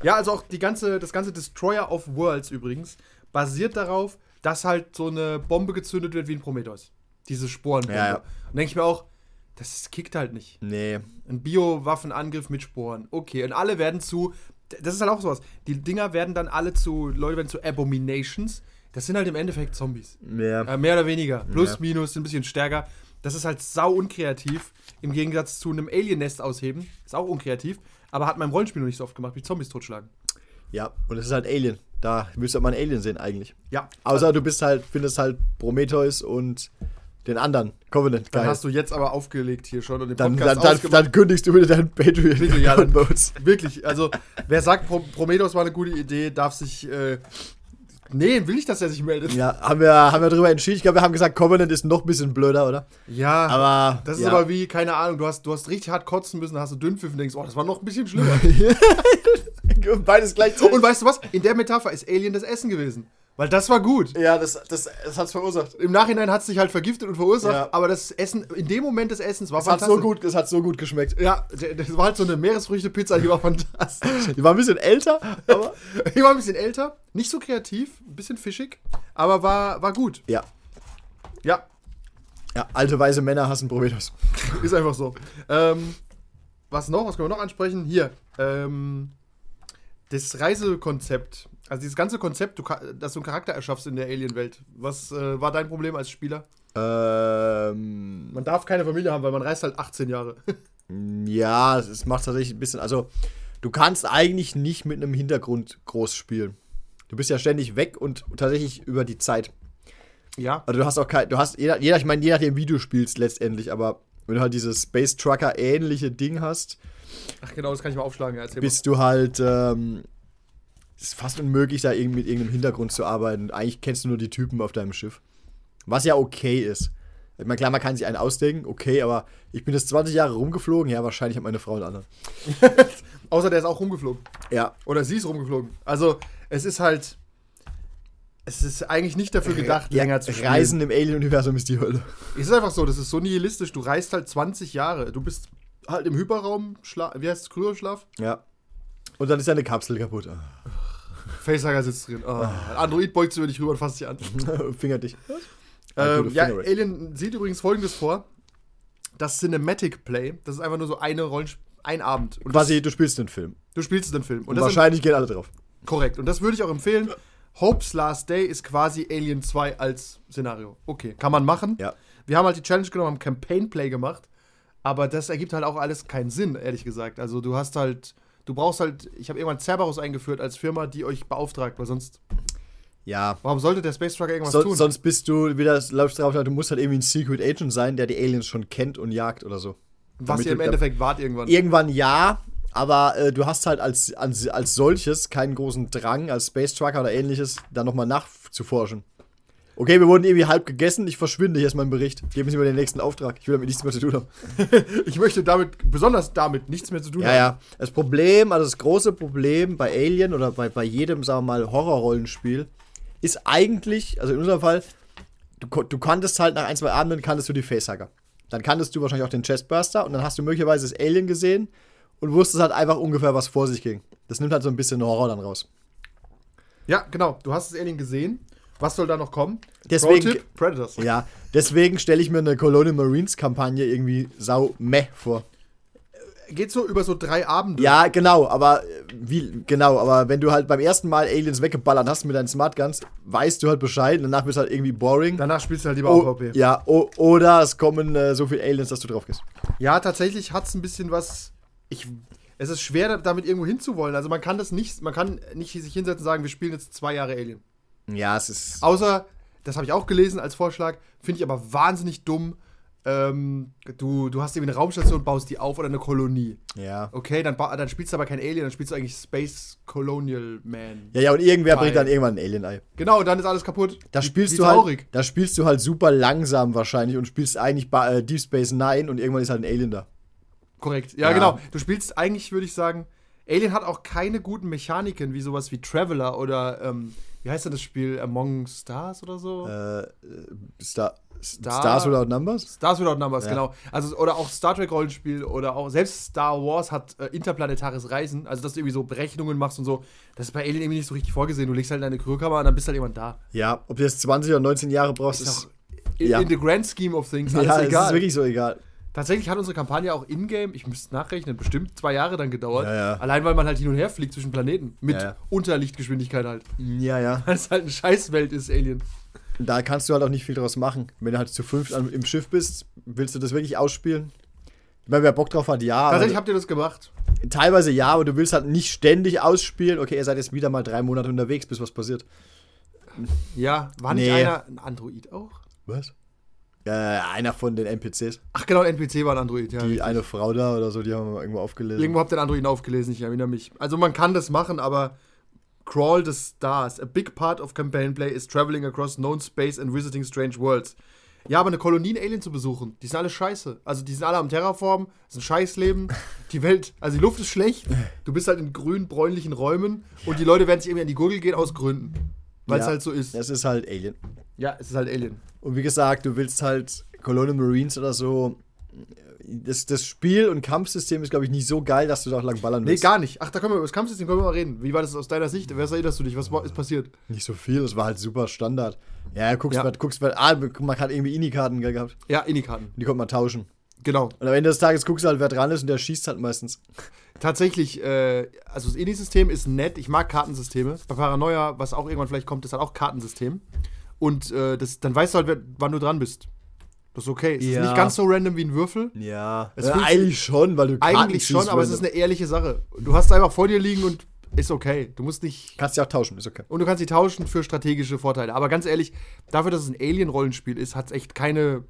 [SPEAKER 3] Ja, also auch die ganze, das ganze Destroyer of Worlds übrigens basiert darauf, dass halt so eine Bombe gezündet wird wie ein Prometheus. Diese Sporenbombe.
[SPEAKER 4] Ja, ja.
[SPEAKER 3] Und denke ich mir auch, das kickt halt nicht.
[SPEAKER 4] Nee.
[SPEAKER 3] Ein Biowaffenangriff mit Sporen. Okay, und alle werden zu. Das ist halt auch sowas. Die Dinger werden dann alle zu. Leute werden zu Abominations. Das sind halt im Endeffekt Zombies.
[SPEAKER 4] Ja.
[SPEAKER 3] Äh, mehr oder weniger. Plus,
[SPEAKER 4] Ja.
[SPEAKER 3] minus, ein bisschen stärker. Das ist halt sau unkreativ. Im Gegensatz zu einem Alien-Nest ausheben. Ist auch unkreativ. Aber hat mein Rollenspiel noch nicht so oft gemacht, wie Zombies totschlagen.
[SPEAKER 4] Ja, und es ist halt Alien. Da müsste man Alien sehen eigentlich.
[SPEAKER 3] Ja.
[SPEAKER 4] Außer du bist halt, findest halt Prometheus und den anderen Covenant
[SPEAKER 3] Dann
[SPEAKER 4] geil.
[SPEAKER 3] hast du jetzt aber aufgelegt hier schon und den
[SPEAKER 4] Dann,
[SPEAKER 3] Podcast
[SPEAKER 4] dann, dann,
[SPEAKER 3] ausgemacht.
[SPEAKER 4] dann kündigst du wieder deinen Patreon.
[SPEAKER 3] Bitte, ja, dann-
[SPEAKER 4] Downloads.
[SPEAKER 3] Wirklich, also wer sagt, Pro Prometheus war eine gute Idee, darf sich. Äh, nee, will ich, dass er sich meldet.
[SPEAKER 4] ja haben, wir, haben wir darüber entschieden. Ich glaube, wir haben gesagt, Covenant ist noch ein bisschen blöder, oder?
[SPEAKER 3] Ja,
[SPEAKER 4] Aber,
[SPEAKER 3] Das ist
[SPEAKER 4] ja.
[SPEAKER 3] aber wie, keine Ahnung, du hast, du hast richtig hart kotzen müssen, dann hast du Dünnpfiff und denkst, oh, das war noch ein bisschen schlimmer.
[SPEAKER 4] Beides gleich.
[SPEAKER 3] und weißt du was? In der Metapher ist Alien das Essen gewesen. Weil das war gut.
[SPEAKER 5] Ja, das, das, das hat's verursacht.
[SPEAKER 3] Im Nachhinein hat es dich halt vergiftet und verursacht,
[SPEAKER 5] Ja.
[SPEAKER 3] aber das Essen, in dem Moment des Essens war
[SPEAKER 5] Es hat so gut, es hat so gut geschmeckt.
[SPEAKER 3] Ja, d- das war halt so eine Meeresfrüchte-Pizza, die war fantastisch.
[SPEAKER 4] Die war ein bisschen älter, aber.
[SPEAKER 3] Die war ein bisschen älter, nicht so kreativ, ein bisschen fischig, aber war, war gut.
[SPEAKER 4] ja.
[SPEAKER 3] Ja,
[SPEAKER 4] Ja, alte weiße Männer hassen Prometheus.
[SPEAKER 3] ist einfach so. Ähm, was noch? Was können wir noch ansprechen? Hier, ähm, das Reisekonzept. Also dieses ganze Konzept, du, ka- dass du einen Charakter erschaffst in der Alien-Welt. Was äh, war dein Problem als Spieler?
[SPEAKER 4] Ähm.
[SPEAKER 3] Man darf keine Familie haben, weil man reist halt 18 Jahre.
[SPEAKER 4] Ja, es- es macht tatsächlich ein bisschen. Also, du kannst eigentlich nicht mit einem Hintergrund groß spielen. Du bist ja ständig weg und tatsächlich über die Zeit.
[SPEAKER 3] ja.
[SPEAKER 4] Also, du hast auch kein. Du hast. Jeder, jeder, ich meine, je nachdem, wie du spielst, letztendlich. Aber wenn du halt dieses Space Trucker-ähnliche Ding hast,
[SPEAKER 3] Ach genau, das kann ich mal aufschlagen. ja, Erzähl mal.
[SPEAKER 4] bist du halt. Ähm, es ist fast unmöglich, da irgendwie mit irgendeinem Hintergrund zu arbeiten. Eigentlich kennst du nur die Typen auf deinem Schiff. Was ja okay ist. Ich meine, klar, man kann sich einen ausdenken, okay, aber ich bin jetzt 20 Jahre rumgeflogen. Ja, wahrscheinlich hat meine Frau einen anderen.
[SPEAKER 3] Außer der ist auch rumgeflogen.
[SPEAKER 4] Ja,
[SPEAKER 3] Oder sie ist rumgeflogen. Also, es ist halt. Es ist eigentlich nicht dafür gedacht,
[SPEAKER 4] Ja,
[SPEAKER 3] länger zu spielen.
[SPEAKER 4] Reisen im Alien-Universum ist die Hölle.
[SPEAKER 3] Es ist einfach so, das ist so nihilistisch. Du reist halt 20 Jahre. Du bist halt im Hyperraum, Schla wie heißt es, Kryoschlaf?
[SPEAKER 4] Ja. Und dann ist deine Kapsel kaputt.
[SPEAKER 3] Facehugger sitzt drin. Oh.
[SPEAKER 4] Ah.
[SPEAKER 3] Android beugt sich über dich rüber und fasst dich an.
[SPEAKER 4] Finger dich.
[SPEAKER 3] Ähm,
[SPEAKER 4] gute
[SPEAKER 3] ja,
[SPEAKER 4] Fingerrate.
[SPEAKER 3] Alien sieht übrigens folgendes vor: Das Cinematic Play, das ist einfach nur so eine Rollenspiel. Ein Abend. Und
[SPEAKER 4] Quasi, du spielst den Film.
[SPEAKER 3] du spielst den Film. Und
[SPEAKER 4] Und
[SPEAKER 3] das
[SPEAKER 4] wahrscheinlich gehen alle drauf.
[SPEAKER 3] Korrekt. Und das würde ich auch empfehlen. Hope's Last Day ist quasi Alien 2 als Szenario. Okay, kann man machen.
[SPEAKER 4] Ja.
[SPEAKER 3] Wir haben halt die Challenge genommen, haben Campaign Play gemacht. Aber das ergibt halt auch alles keinen Sinn, ehrlich gesagt. Also du hast halt, du brauchst halt, ich habe irgendwann Cerberus eingeführt als Firma, die euch beauftragt, weil sonst,
[SPEAKER 4] Ja.
[SPEAKER 3] warum sollte der Space Trucker irgendwas
[SPEAKER 4] So,
[SPEAKER 3] tun?
[SPEAKER 4] sonst bist du wieder, läufst drauf, du musst halt irgendwie ein Secret Agent sein, der die Aliens schon kennt und jagt oder so.
[SPEAKER 3] Was
[SPEAKER 4] damit
[SPEAKER 3] ihr im
[SPEAKER 4] du-
[SPEAKER 3] Endeffekt wart irgendwann.
[SPEAKER 4] Irgendwann ja, aber äh, du hast halt als, als, als solches keinen großen Drang, als Space Trucker oder ähnliches, da nochmal nachzuforschen. Okay, wir wurden irgendwie halb gegessen, ich verschwinde, hier ist mein Bericht. Geben Sie mir den nächsten Auftrag, ich will damit nichts mehr zu tun haben.
[SPEAKER 3] ich möchte damit, besonders damit, nichts mehr zu tun
[SPEAKER 4] Ja, ja. Das Problem, also das große Problem bei Alien oder bei, bei jedem, sagen wir mal, Horrorrollenspiel, ist eigentlich, also in unserem Fall, du, ko- du kanntest halt nach ein, zwei Abenden, kanntest du die Facehacker. Dann kanntest du wahrscheinlich auch den Chestburster und dann hast du möglicherweise das Alien gesehen und wusstest halt einfach ungefähr, was vor sich ging. Das nimmt halt so ein bisschen Horror dann raus.
[SPEAKER 3] Ja, genau. Du hast das Alien gesehen. Was soll da noch kommen?
[SPEAKER 4] Deswegen-
[SPEAKER 3] Pro-Tipp, Predators.
[SPEAKER 4] Ja, deswegen stelle ich mir eine Colonial Marines Kampagne irgendwie sau meh vor.
[SPEAKER 3] Geht so über so drei Abende.
[SPEAKER 4] Ja, genau, aber äh, wie, genau, aber wenn du halt beim ersten Mal Aliens weggeballert hast mit deinen Smart Guns, weißt du halt Bescheid und danach bist du halt irgendwie boring.
[SPEAKER 3] Danach spielst du halt lieber
[SPEAKER 4] oh,
[SPEAKER 3] AVP.
[SPEAKER 4] ja, o- oder es kommen äh, so viele Aliens, dass du drauf gehst.
[SPEAKER 3] Ja, tatsächlich hat es ein bisschen was. Ich, es ist schwer, da- damit irgendwo hinzuwollen. Also man kann das nicht, man kann nicht sich hinsetzen und sagen, wir spielen jetzt zwei Jahre Alien.
[SPEAKER 4] Ja, es ist.
[SPEAKER 3] Außer, das habe ich auch gelesen als Vorschlag, finde ich aber wahnsinnig dumm. Ähm, du, du hast irgendwie eine Raumstation, baust die auf oder eine Kolonie.
[SPEAKER 4] Ja.
[SPEAKER 3] Okay, dann, ba- dann spielst du aber kein Alien, dann spielst du eigentlich Space Colonial Man.
[SPEAKER 4] Ja, ja, und irgendwer
[SPEAKER 3] Weil-
[SPEAKER 4] bringt dann irgendwann ein Alien-Ei.
[SPEAKER 3] Genau, und dann ist alles kaputt.
[SPEAKER 4] Da
[SPEAKER 3] Wie-
[SPEAKER 4] spielst
[SPEAKER 3] wie
[SPEAKER 4] du
[SPEAKER 3] traurig.
[SPEAKER 4] halt. Da spielst du halt super langsam wahrscheinlich und spielst eigentlich bei äh, Deep Space Nine und irgendwann ist halt ein Alien da.
[SPEAKER 3] Korrekt, ja,
[SPEAKER 4] Ja.
[SPEAKER 3] genau. Du spielst eigentlich, würde ich sagen, Alien hat auch keine guten Mechaniken, wie sowas wie Traveler oder, ähm, wie heißt denn das Spiel, Among Stars oder so?
[SPEAKER 4] Äh, Star,
[SPEAKER 3] Star-
[SPEAKER 4] Stars Without Numbers?
[SPEAKER 3] Stars Without Numbers,
[SPEAKER 4] ja.
[SPEAKER 3] genau. Also, oder auch Star Trek Rollenspiel oder auch, selbst Star Wars hat äh, interplanetares Reisen, also dass du irgendwie so Berechnungen machst und so. Das ist bei Alien irgendwie nicht so richtig vorgesehen. Du legst halt in deine Kryokammer und dann bist halt jemand da.
[SPEAKER 4] Ja, ob du jetzt 20 oder 19 Jahre brauchst, ist.
[SPEAKER 3] Ist auch in,
[SPEAKER 4] ja.
[SPEAKER 3] in the grand scheme of things alles
[SPEAKER 4] ja, es
[SPEAKER 3] egal.
[SPEAKER 4] ist wirklich so egal.
[SPEAKER 3] Tatsächlich hat unsere Kampagne auch in-game, ich müsste nachrechnen, bestimmt zwei Jahre dann gedauert.
[SPEAKER 4] Ja, ja.
[SPEAKER 3] Allein weil man halt hin und her fliegt zwischen Planeten. Mit
[SPEAKER 4] Ja, ja.
[SPEAKER 3] Unterlichtgeschwindigkeit halt.
[SPEAKER 4] Ja, ja.
[SPEAKER 3] Weil es halt eine Scheißwelt ist, Alien.
[SPEAKER 4] da kannst du halt auch nicht viel draus machen. Wenn du halt zu fünft am- im Schiff bist, willst du das wirklich ausspielen? Ich meine, wer Bock drauf hat, ja. aber
[SPEAKER 3] Tatsächlich habt ihr das gemacht.
[SPEAKER 4] du- teilweise ja, aber du willst halt nicht ständig ausspielen. Okay, ihr seid jetzt wieder mal drei Monate unterwegs, bis was passiert.
[SPEAKER 3] Ja, war nicht
[SPEAKER 4] Nee.
[SPEAKER 3] einer ein Android auch?
[SPEAKER 4] Was? Äh, einer von den NPCs.
[SPEAKER 3] Ach genau, NPC war ein Android, ja.
[SPEAKER 4] Die eine Frau da oder so, die haben wir mal irgendwo aufgelesen.
[SPEAKER 3] Irgendwo habt ihr den Androiden aufgelesen, ich erinnere mich. Also man kann das machen, aber Crawl the Stars. A big part of campaign play is traveling across known space and visiting strange worlds. Ja, aber eine Kolonie in Alien zu besuchen, die sind alle scheiße. Also die sind alle am Terraformen, ist ein Scheißleben. Die Welt, also die Luft ist schlecht. Du bist halt in grün-bräunlichen Räumen und die Leute werden sich irgendwie an die Gurgel gehen aus Gründen. weil es
[SPEAKER 4] Ja.
[SPEAKER 3] halt so ist.
[SPEAKER 4] Es ist halt Alien.
[SPEAKER 3] Ja, es ist halt Alien.
[SPEAKER 4] Und wie gesagt, du willst halt Colonial Marines oder so. Das, das Spiel und Kampfsystem ist, glaube ich, nicht so geil, dass du da auch lang ballern
[SPEAKER 3] Nee,
[SPEAKER 4] willst.
[SPEAKER 3] gar nicht. Ach, da können wir über das Kampfsystem können wir mal reden. Wie war das aus deiner Sicht? Was erinnerst du dich? Was war- ist passiert?
[SPEAKER 4] Nicht so viel, das war halt super Standard. Ja, guckst
[SPEAKER 3] Ja.
[SPEAKER 4] mal, guckst mal, ah, man hat irgendwie Ini-Karten gell, gehabt.
[SPEAKER 3] Ja, Indie-Karten.
[SPEAKER 4] Die konnte man tauschen.
[SPEAKER 3] Genau.
[SPEAKER 4] Und am Ende des Tages guckst du halt, wer dran ist und der schießt halt meistens.
[SPEAKER 3] Tatsächlich, äh, also das Indie-System ist nett. Ich mag Kartensysteme. Bei Paranoia, was auch irgendwann vielleicht kommt, ist halt auch Kartensystem. Und äh, das, dann weißt du halt, wer, wann du dran bist. Das ist okay. Es
[SPEAKER 4] Ja.
[SPEAKER 3] ist nicht ganz so random wie ein Würfel.
[SPEAKER 4] Ja.
[SPEAKER 3] Es
[SPEAKER 4] ja
[SPEAKER 3] fühlt-
[SPEAKER 4] eigentlich schon, weil du Karten
[SPEAKER 3] Eigentlich schon,
[SPEAKER 4] ziehst,
[SPEAKER 3] aber
[SPEAKER 4] wenn
[SPEAKER 3] es ist
[SPEAKER 4] du-
[SPEAKER 3] eine ehrliche Sache. Du hast einfach vor dir liegen und ist okay. Du musst nicht.
[SPEAKER 4] Kannst ja auch tauschen, ist okay.
[SPEAKER 3] Und du kannst sie tauschen für strategische Vorteile. Aber ganz ehrlich, dafür, dass es ein Alien-Rollenspiel ist, hat es echt keine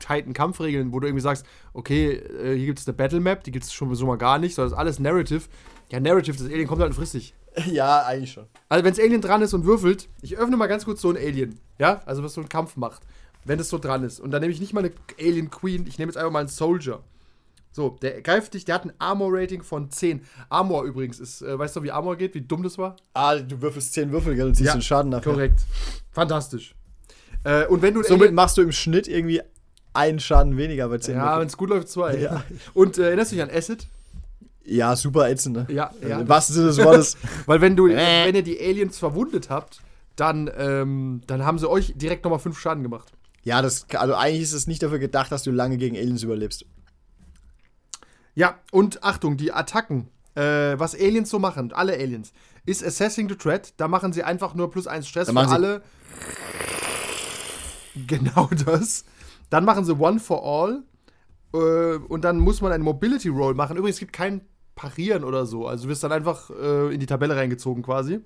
[SPEAKER 3] tighten Kampfregeln, wo du irgendwie sagst, okay, äh, hier gibt es eine Battle-Map, die gibt es schon so mal gar nicht, sondern das ist alles Narrative. Ja, Narrative, das Alien kommt halt und frisst dich.
[SPEAKER 4] Ja, eigentlich schon.
[SPEAKER 3] Also, wenn das Alien dran ist und würfelt, ich öffne mal ganz kurz so ein Alien, ja? Also, was so einen Kampf macht, wenn es so dran ist. Und dann nehme ich nicht mal eine Alien Queen, ich nehme jetzt einfach mal einen Soldier. So, der greift dich, der hat ein Armor-Rating von 10. Armor übrigens ist, äh, weißt du, wie Armor geht, wie dumm das war?
[SPEAKER 4] Ah, du würfelst 10 Würfel, gell, und ziehst den Schaden nachher.
[SPEAKER 3] Korrekt. Fantastisch. Äh, und wenn du ein
[SPEAKER 4] Somit
[SPEAKER 3] Alien-
[SPEAKER 4] machst du im Schnitt irgendwie einen Schaden weniger bei 10
[SPEAKER 3] ja, wenn
[SPEAKER 4] Würfeln.
[SPEAKER 3] es gut läuft, zwei.
[SPEAKER 4] Ja.
[SPEAKER 3] Und äh, erinnerst du dich an Acid?
[SPEAKER 4] Ja, super ätzend, ne?
[SPEAKER 3] Ja, ja.
[SPEAKER 4] Im wahrsten Sinne des Wortes.
[SPEAKER 3] Weil wenn du,
[SPEAKER 4] Äh.
[SPEAKER 3] wenn ihr die Aliens verwundet habt, dann, ähm, dann haben sie euch direkt nochmal fünf Schaden gemacht.
[SPEAKER 4] ja, das, also eigentlich ist es nicht dafür gedacht, dass du lange gegen Aliens überlebst.
[SPEAKER 3] Ja, und Achtung, die Attacken, äh, was Aliens so machen, alle Aliens, ist Assessing the Threat, da machen sie einfach nur plus eins Stress
[SPEAKER 4] Da
[SPEAKER 3] für
[SPEAKER 4] machen sie-
[SPEAKER 3] alle. Genau das. Dann machen sie One for All äh, und dann muss man einen Mobility Roll machen. Übrigens, es gibt kein Parieren oder so, also du wirst dann einfach äh, in die Tabelle reingezogen quasi.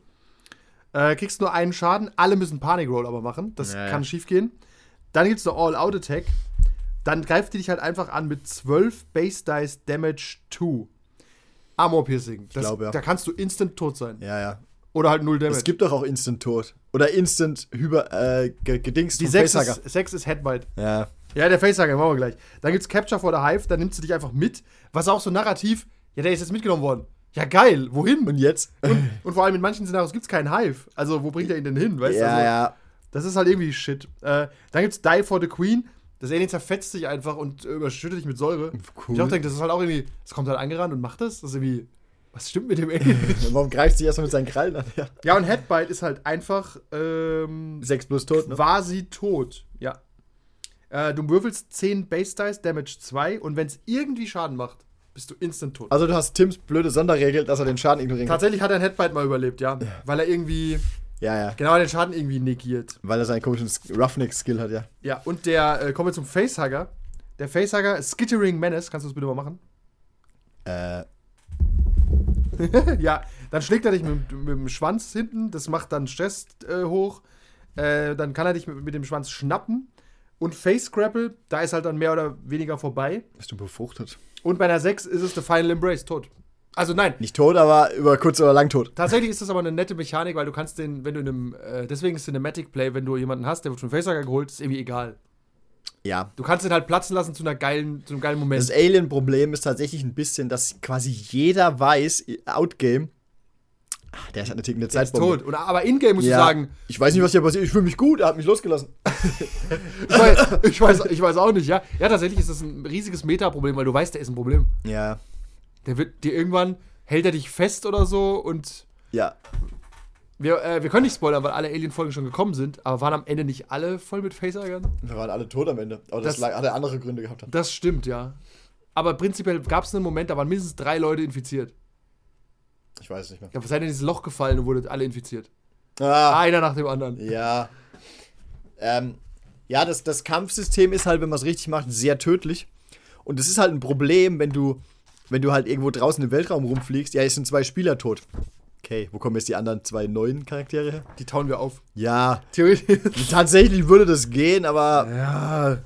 [SPEAKER 3] Äh, kriegst nur einen Schaden, alle müssen Panic Roll aber machen, das
[SPEAKER 4] Ja, ja.
[SPEAKER 3] kann schief gehen. Dann gibt es eine All-Out-Attack, dann greift die dich halt einfach an mit 12 Base Dice Damage 2. Armor Piercing. Das,
[SPEAKER 4] glaub, ja.
[SPEAKER 3] Da kannst du instant tot sein.
[SPEAKER 4] Ja, ja.
[SPEAKER 3] Oder halt 0 Damage.
[SPEAKER 4] Es gibt doch auch Instant Tod. Oder Instant Hyper, äh, ge- gedingst
[SPEAKER 3] die
[SPEAKER 4] vom
[SPEAKER 3] 6
[SPEAKER 4] Facehugger.
[SPEAKER 3] ist, 6 ist Headbite.
[SPEAKER 4] Ja.
[SPEAKER 3] Ja, der Facehugger, machen wir gleich. Dann gibt's Capture for the Hive, dann nimmst du dich einfach mit. Was auch so narrativ, ja, der ist jetzt mitgenommen worden. Ja, geil, wohin?
[SPEAKER 4] Und
[SPEAKER 3] Und,
[SPEAKER 4] jetzt?
[SPEAKER 3] und vor allem in manchen Szenarios gibt's keinen Hive. Also, wo bringt er ihn denn hin? Weißt du?
[SPEAKER 4] ja,
[SPEAKER 3] also,
[SPEAKER 4] ja.
[SPEAKER 3] Das ist halt irgendwie Shit. Äh, dann gibt's Die for the Queen. Das Alien zerfetzt dich einfach und äh, überschüttet dich mit Säure.
[SPEAKER 4] Cool.
[SPEAKER 3] Ich auch denke, das ist halt auch irgendwie, es kommt halt angerannt und macht das. Das ist irgendwie, was stimmt mit dem Alien? nicht?
[SPEAKER 4] Warum greift sie erstmal mit seinen Krallen an? Ja.
[SPEAKER 3] ja, und Headbite ist halt einfach ähm,
[SPEAKER 4] 6 plus Tod, ne?
[SPEAKER 3] quasi tot. Ja. Äh, du würfelst 10 Base Dice, Damage 2 und wenn es irgendwie Schaden macht, bist du instant tot.
[SPEAKER 4] Also du hast Tims blöde Sonderregel, dass er den Schaden ignorieren kann.
[SPEAKER 3] Tatsächlich hat er ein Headbite mal überlebt, ja. Weil er irgendwie,
[SPEAKER 4] Ja, ja.
[SPEAKER 3] genau, den Schaden irgendwie negiert.
[SPEAKER 4] Weil er seinen komischen Roughneck-Skill hat, ja.
[SPEAKER 3] Ja, und der, äh, kommen wir zum Facehugger. Der Facehugger, Skittering Menace, kannst du das bitte mal machen?
[SPEAKER 4] Äh,
[SPEAKER 3] Ja, dann schlägt er dich mit, mit dem Schwanz hinten, das macht dann Stress äh, hoch. Äh, dann kann er dich mit, mit dem Schwanz schnappen. Und Face Grapple, da ist halt dann mehr oder weniger vorbei.
[SPEAKER 4] bist du befruchtet?
[SPEAKER 3] Und bei einer 6 ist es The Final Embrace, tot. Also nein,
[SPEAKER 4] Nicht tot, aber über kurz oder lang tot.
[SPEAKER 3] tatsächlich ist das aber eine nette Mechanik, weil du kannst den, wenn du in einem, äh, deswegen ist Cinematic Play, wenn du jemanden hast, der wird von Facehugger geholt, ist irgendwie egal.
[SPEAKER 4] Ja.
[SPEAKER 3] Du kannst ihn halt platzen lassen zu, einer geilen, zu einem geilen Moment.
[SPEAKER 4] Das Alien-Problem ist tatsächlich ein bisschen, dass quasi jeder weiß, Outgame, ah, der ist eine tickende
[SPEAKER 3] Er ist
[SPEAKER 4] Zeitbombe.
[SPEAKER 3] tot. Und, aber in-game musst
[SPEAKER 4] Ja.
[SPEAKER 3] du sagen,
[SPEAKER 4] Ich weiß nicht, was hier passiert. Ich fühle mich gut, er hat mich losgelassen.
[SPEAKER 3] ich weiß, ich, weiß, ich weiß auch nicht, ja. Ja, tatsächlich ist das ein riesiges Meta-Problem, weil du weißt, der ist ein Problem.
[SPEAKER 4] Ja.
[SPEAKER 3] Der wird dir irgendwann, hält er dich fest oder so und
[SPEAKER 4] Ja.
[SPEAKER 3] wir, äh, wir können nicht spoilern, weil alle Alien-Folgen schon gekommen sind, aber waren am Ende nicht alle voll mit Facehuggern?
[SPEAKER 4] Wir waren alle tot am Ende. Aber das,
[SPEAKER 3] Das-
[SPEAKER 4] lag- hat er andere Gründe gehabt.
[SPEAKER 3] Das stimmt, ja. Aber prinzipiell gab es einen Moment, da waren mindestens drei Leute infiziert.
[SPEAKER 4] Ich weiß es nicht mehr.
[SPEAKER 3] Da seid ihr in dieses Loch gefallen und wurdet alle infiziert.
[SPEAKER 4] Ah,
[SPEAKER 3] Einer nach dem anderen.
[SPEAKER 4] ja. Ähm, ja, das, das Kampfsystem ist halt, wenn man es richtig macht, sehr tödlich. Und es ist halt ein Problem, wenn du, wenn du halt irgendwo draußen im Weltraum rumfliegst. Ja, jetzt sind zwei Spieler tot. Okay, wo kommen jetzt die anderen zwei neuen Charaktere her?
[SPEAKER 3] Die tauen wir auf.
[SPEAKER 4] Ja,
[SPEAKER 3] Theoretisch.
[SPEAKER 4] tatsächlich würde das gehen, aber
[SPEAKER 3] Ja.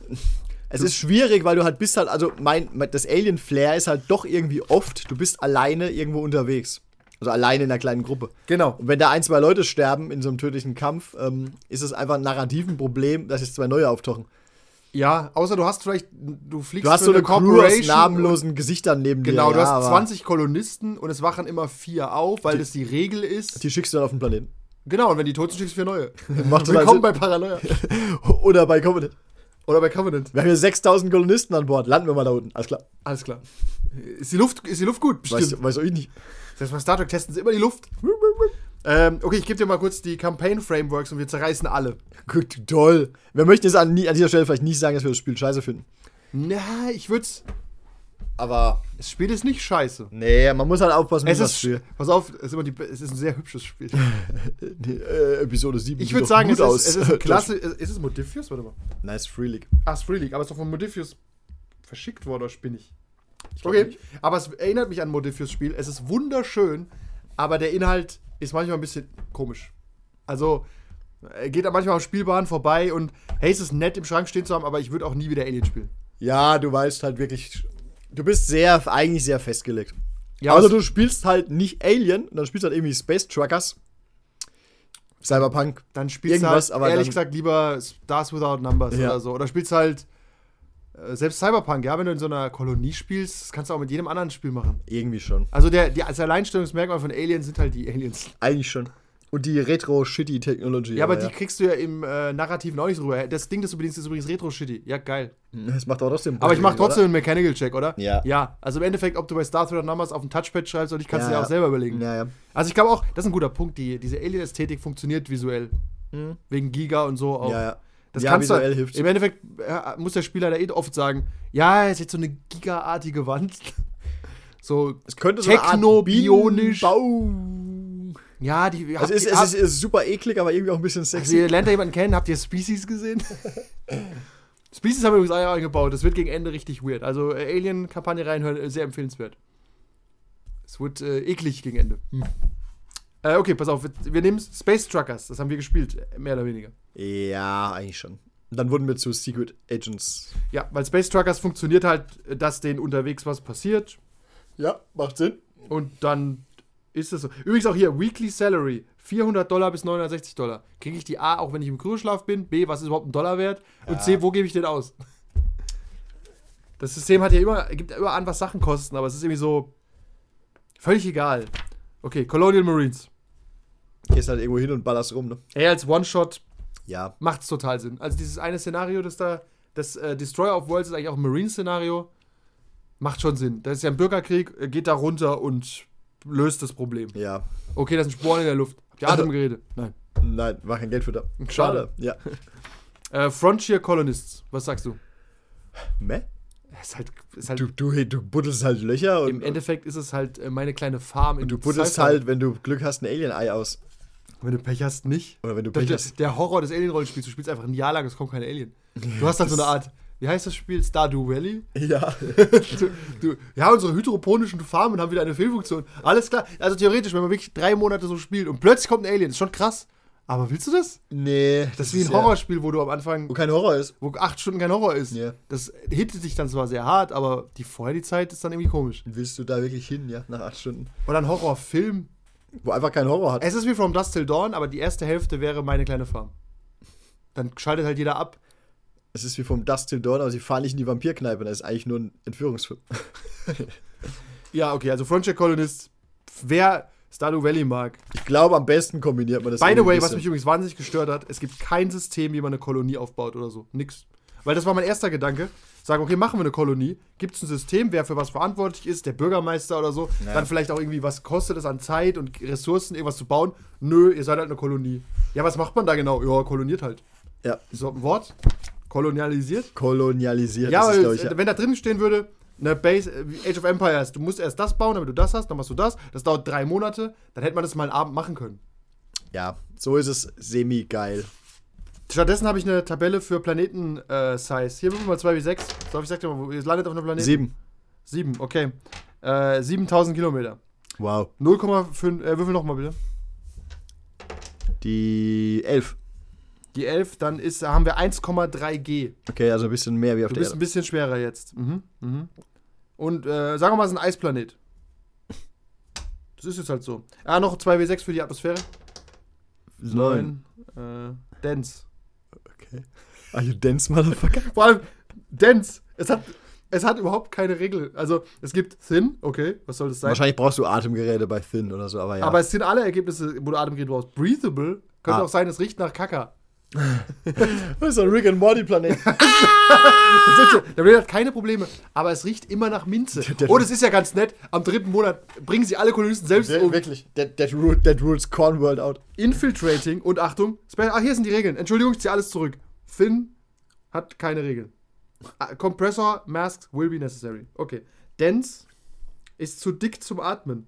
[SPEAKER 4] Es ist schwierig, weil du halt bist halt, also mein, mein das Alien Flair ist halt doch irgendwie oft, du bist alleine irgendwo unterwegs. Also alleine in einer kleinen Gruppe.
[SPEAKER 3] Genau.
[SPEAKER 4] Und wenn da ein, zwei Leute sterben in so einem tödlichen Kampf, ähm, ist es einfach ein narrativen Problem, dass jetzt zwei neue auftauchen.
[SPEAKER 3] Ja, außer du hast vielleicht, du fliegst
[SPEAKER 4] Du hast
[SPEAKER 3] für
[SPEAKER 4] so eine Crew aus
[SPEAKER 3] Corporation und-
[SPEAKER 4] namenlosen Gesichtern neben
[SPEAKER 3] Genau,
[SPEAKER 4] dir.
[SPEAKER 3] du
[SPEAKER 4] ja,
[SPEAKER 3] hast
[SPEAKER 4] aber
[SPEAKER 3] 20 Kolonisten und es wachen immer vier auf, weil das die Regel ist.
[SPEAKER 4] Die schickst du dann auf den Planeten.
[SPEAKER 3] Genau, und wenn die tot sind, schickst du vier neue.
[SPEAKER 4] Macht also total
[SPEAKER 3] Willkommen
[SPEAKER 4] Sinn.
[SPEAKER 3] bei Paranoia.
[SPEAKER 4] Oder bei Covenant.
[SPEAKER 3] Oder bei Covenant.
[SPEAKER 4] Wir haben hier 6000 Kolonisten an Bord. Landen wir mal da unten. Alles klar.
[SPEAKER 3] Alles klar. Ist die Luft, ist die Luft gut? Bestimmt.
[SPEAKER 4] Weiß, weiß auch ich nicht.
[SPEAKER 3] Selbst bei Star Trek testen sie immer die Luft. Ähm, okay, ich gebe dir mal kurz die Campaign-Frameworks und wir zerreißen alle.
[SPEAKER 4] Gut, toll. Wir möchten jetzt an, nie- an dieser Stelle vielleicht nicht sagen, dass wir das Spiel scheiße finden.
[SPEAKER 3] Na, ich würd's.
[SPEAKER 4] Aber.
[SPEAKER 3] Das Spiel ist nicht scheiße.
[SPEAKER 4] Nee, man muss halt aufpassen,
[SPEAKER 3] Es
[SPEAKER 4] das
[SPEAKER 3] ist, pass auf, es ist, immer die, be- es ist ein sehr hübsches Spiel.
[SPEAKER 4] Nee, äh, Episode 7.
[SPEAKER 3] Ich
[SPEAKER 4] sieht
[SPEAKER 3] würde
[SPEAKER 4] doch
[SPEAKER 3] sagen,
[SPEAKER 4] gut
[SPEAKER 3] es
[SPEAKER 4] aus.
[SPEAKER 3] ist, es ist ein klasse. Ist es Modifius? Warte mal.
[SPEAKER 4] nice Free League.
[SPEAKER 3] Ach, Free League, aber es ist doch von Modifius verschickt worden, oder spinne ich?
[SPEAKER 4] glaub
[SPEAKER 3] Okay,
[SPEAKER 4] nicht.
[SPEAKER 3] aber es erinnert mich an Modifius Spiel. Es ist wunderschön, aber der Inhalt ist manchmal ein bisschen komisch. Also, er geht da manchmal am Spielbahn vorbei und hey, es ist nett, im Schrank stehen zu haben, aber ich würde auch nie wieder Alien spielen.
[SPEAKER 4] Ja, du weißt halt wirklich. Du bist sehr, eigentlich sehr festgelegt.
[SPEAKER 3] Ja,
[SPEAKER 4] also
[SPEAKER 3] es-
[SPEAKER 4] du spielst halt nicht Alien, dann spielst du halt irgendwie Space Truckers. Cyberpunk.
[SPEAKER 3] Dann spielst du
[SPEAKER 4] Irgendwas,
[SPEAKER 3] halt,
[SPEAKER 4] aber
[SPEAKER 3] ehrlich
[SPEAKER 4] dann-
[SPEAKER 3] gesagt, lieber Stars Without Numbers
[SPEAKER 4] Ja.
[SPEAKER 3] oder so. Oder spielst halt äh, selbst Cyberpunk, ja, wenn du in so einer Kolonie spielst, das kannst du auch mit jedem anderen Spiel machen.
[SPEAKER 4] Irgendwie schon.
[SPEAKER 3] Also der, die, das Alleinstellungsmerkmal von Aliens sind halt die Aliens.
[SPEAKER 4] Eigentlich schon. Und die Retro-Shitty-Technology.
[SPEAKER 3] Ja, aber die kriegst du ja im äh, Narrativen auch nicht rüber. Das Ding, das du bedienst, ist übrigens Retro-Shitty. Ja, geil.
[SPEAKER 4] Das macht aber trotzdem.
[SPEAKER 3] Aber ich mach
[SPEAKER 4] mache
[SPEAKER 3] trotzdem einen Mechanical-Check, oder?
[SPEAKER 4] Ja.
[SPEAKER 3] Ja. Also im Endeffekt, ob du bei Star Threat Numbers auf dem Touchpad schreibst oder nicht, kannst du dir
[SPEAKER 4] Ja,
[SPEAKER 3] auch
[SPEAKER 4] ja.
[SPEAKER 3] selber überlegen.
[SPEAKER 4] Ja, ja.
[SPEAKER 3] Also ich glaube auch, das ist ein guter Punkt. Die, diese Alien-Ästhetik funktioniert visuell. Wegen Giga und so auch.
[SPEAKER 4] Mhm. Ja, ja.
[SPEAKER 3] Oh. Das
[SPEAKER 4] ja,
[SPEAKER 3] kannst
[SPEAKER 4] visuell
[SPEAKER 3] du, halt-
[SPEAKER 4] hilft.
[SPEAKER 3] Im Endeffekt äh, muss der Spieler da eh oft sagen, ja, ist jetzt so eine gigaartige Wand. So,
[SPEAKER 4] Es könnte
[SPEAKER 3] technobionisch.
[SPEAKER 4] Bau.
[SPEAKER 3] ja, die habt
[SPEAKER 4] Also es ist,
[SPEAKER 3] ihr-
[SPEAKER 4] es, ist, es ist super eklig, aber irgendwie auch ein bisschen
[SPEAKER 3] Also
[SPEAKER 4] sexy.
[SPEAKER 3] ihr lernt da jemanden kennen, habt ihr Species gesehen? Species haben wir übrigens auch eingebaut, das wird gegen Ende richtig weird. Also äh, Alien-Kampagne reinhören, äh, sehr empfehlenswert. Es wird äh, eklig gegen Ende. Äh, okay, pass auf, wir, wir nehmen Space Truckers, das haben wir gespielt, mehr oder weniger.
[SPEAKER 4] ja, eigentlich schon. Und dann wurden wir zu Secret Agents.
[SPEAKER 3] Ja, weil Space Truckers funktioniert halt, äh, dass denen unterwegs was passiert
[SPEAKER 5] Ja, macht Sinn.
[SPEAKER 3] und dann ist es so. Übrigens auch hier, Weekly Salary, 400 Dollar bis 960 Dollar. Kriege ich die A, auch wenn ich im Kugelschlaf bin? B, was ist überhaupt ein Dollar wert? Und C, wo gebe ich den aus? Das System hat ja immer, gibt ja immer an, was Sachen kosten, aber es ist irgendwie so völlig egal. Okay, Colonial Marines.
[SPEAKER 4] Gehst halt irgendwo hin und ballerst rum, ne?
[SPEAKER 3] Ey, als One-Shot
[SPEAKER 4] Ja.
[SPEAKER 3] macht's total Sinn. Also dieses eine Szenario, das da, das äh, Destroyer of Worlds ist eigentlich auch ein Marine-Szenario, macht schon Sinn. Da ist ja ein Bürgerkrieg, äh, geht da runter und löst das Problem.
[SPEAKER 4] Ja.
[SPEAKER 3] Okay, das sind Sporen in der Luft. Habt
[SPEAKER 4] Also-
[SPEAKER 3] ihr Atemgeräte? Nein.
[SPEAKER 4] Nein, war kein Geld für da.
[SPEAKER 3] Schade.
[SPEAKER 4] Ja.
[SPEAKER 3] Äh, Frontier Colonists, was sagst du?
[SPEAKER 4] Meh?
[SPEAKER 3] Es Ist halt, ist halt,
[SPEAKER 4] Du, du, du buddelst halt Löcher und,
[SPEAKER 3] Im Endeffekt ist es halt äh, meine kleine Farm in
[SPEAKER 4] und du halt- buddelst halt, wenn du Glück hast, ein Alien-Ei aus.
[SPEAKER 3] Wenn du Pech hast, nicht.
[SPEAKER 4] Oder wenn du
[SPEAKER 3] Das-
[SPEAKER 4] Pech
[SPEAKER 3] der-
[SPEAKER 4] hast.
[SPEAKER 3] Der Horror des Alien-Rollenspiels, du spielst einfach ein Jahr lang, es kommt kein Alien. Du hast dann so eine Art, wie heißt das Spiel? Stardew Valley?
[SPEAKER 4] Ja.
[SPEAKER 3] Du, du, ja, unsere hydroponischen Farmen haben wieder eine Fehlfunktion. Alles klar. Also theoretisch, wenn man wirklich drei Monate so spielt und plötzlich kommt ein Alien, ist schon krass. Aber willst du das?
[SPEAKER 4] Nee.
[SPEAKER 3] Das ist wie ein
[SPEAKER 4] ja-
[SPEAKER 3] Horrorspiel, wo du am Anfang,
[SPEAKER 4] Wo kein Horror ist.
[SPEAKER 3] wo acht Stunden kein Horror ist.
[SPEAKER 4] Ja.
[SPEAKER 3] Das hittet dich dann zwar sehr hart, aber die vorher die Zeit ist dann irgendwie komisch.
[SPEAKER 4] Willst du da wirklich hin, ja, nach acht Stunden?
[SPEAKER 3] Oder ein Horrorfilm.
[SPEAKER 4] Wo einfach kein Horror hat.
[SPEAKER 3] Es ist wie From Dust Till Dawn, aber die erste Hälfte wäre meine kleine Farm. Dann schaltet halt jeder ab.
[SPEAKER 4] Es ist wie vom Dust Till Dawn, aber sie fahren nicht in die Vampirkneipe. Das ist eigentlich nur ein Entführungsfilm.
[SPEAKER 3] Ja, okay, also Frontier Colonist, wer Stardew Valley mag.
[SPEAKER 4] Ich glaube, am besten kombiniert man das.
[SPEAKER 3] By the
[SPEAKER 4] irgendwie
[SPEAKER 3] way,
[SPEAKER 4] ein
[SPEAKER 3] was mich
[SPEAKER 4] bisschen.
[SPEAKER 3] übrigens wahnsinnig gestört hat, es gibt kein System, wie man eine Kolonie aufbaut oder so. Nix. Weil das war mein erster Gedanke. Sagen, okay, machen wir eine Kolonie. Gibt es ein System, wer für was verantwortlich ist, der Bürgermeister oder so? Dann vielleicht auch irgendwie, was kostet es an Zeit und Ressourcen, irgendwas zu bauen? Nö, ihr seid halt eine Kolonie. Ja, was macht man da genau? Ja, koloniert halt.
[SPEAKER 4] Ja,
[SPEAKER 3] Ist das ein Wort? Kolonialisiert?
[SPEAKER 4] kolonialisiert.
[SPEAKER 3] Ja,
[SPEAKER 4] das
[SPEAKER 3] aber
[SPEAKER 4] ist, glaub ich,
[SPEAKER 3] äh, wenn da drin stehen würde, eine Base, äh, Age of Empires, du musst erst das bauen, damit du das hast, dann machst du das, das dauert drei Monate, dann hätte man das mal einen Abend machen können.
[SPEAKER 4] ja, so ist es semi-geil.
[SPEAKER 3] Stattdessen habe ich eine Tabelle für Planeten-Size. Hier machen wir mal 2 wie 6. So, ich sag dir mal, wo- es landet auf einem Planeten.
[SPEAKER 4] Sieben.
[SPEAKER 3] 7, okay. Äh, 7000 Kilometer.
[SPEAKER 4] Wow.
[SPEAKER 3] 0,5, äh, würfel nochmal bitte.
[SPEAKER 4] Die elf.
[SPEAKER 3] Die 11, dann ist, haben wir 1,3 G.
[SPEAKER 4] Okay, also ein bisschen mehr wie auf
[SPEAKER 3] Du
[SPEAKER 4] der
[SPEAKER 3] bist ein
[SPEAKER 4] Erde.
[SPEAKER 3] bisschen schwerer jetzt. Mhm. Mhm. Und äh, sagen wir mal, es ist ein Eisplanet. Das ist jetzt halt so. Ah, noch 2W6 für die Atmosphäre.
[SPEAKER 4] Neun.
[SPEAKER 3] Neun, Äh, dense.
[SPEAKER 4] Okay. Are you Ah, dense, Motherfucker?
[SPEAKER 3] Vor allem, dense. Es hat es hat überhaupt keine Regel. Also, es gibt Thin, okay, was soll das sein?
[SPEAKER 4] Wahrscheinlich brauchst du Atemgeräte bei Thin oder so, aber ja.
[SPEAKER 3] Aber es sind alle Ergebnisse, wo du Atemgerät brauchst. Breathable könnte
[SPEAKER 4] Ah.
[SPEAKER 3] auch sein, es riecht nach Kacker.
[SPEAKER 5] Das ist ein Rick and Morty Planet.
[SPEAKER 3] Sitze, der Blade hat keine Probleme, aber es riecht immer nach Minze. Und es ist ja ganz nett, am dritten Monat bringen sie alle Kolonisten selbst
[SPEAKER 5] Der,
[SPEAKER 3] um.
[SPEAKER 5] wirklich. That, that, rule, that rules Corn World out.
[SPEAKER 3] Infiltrating und Achtung, Special, ah, hier sind die Regeln. Entschuldigung, ich ziehe alles zurück. Finn hat keine Regeln. Ah, Compressor, Masks will be necessary. Okay. Dense ist zu dick zum Atmen.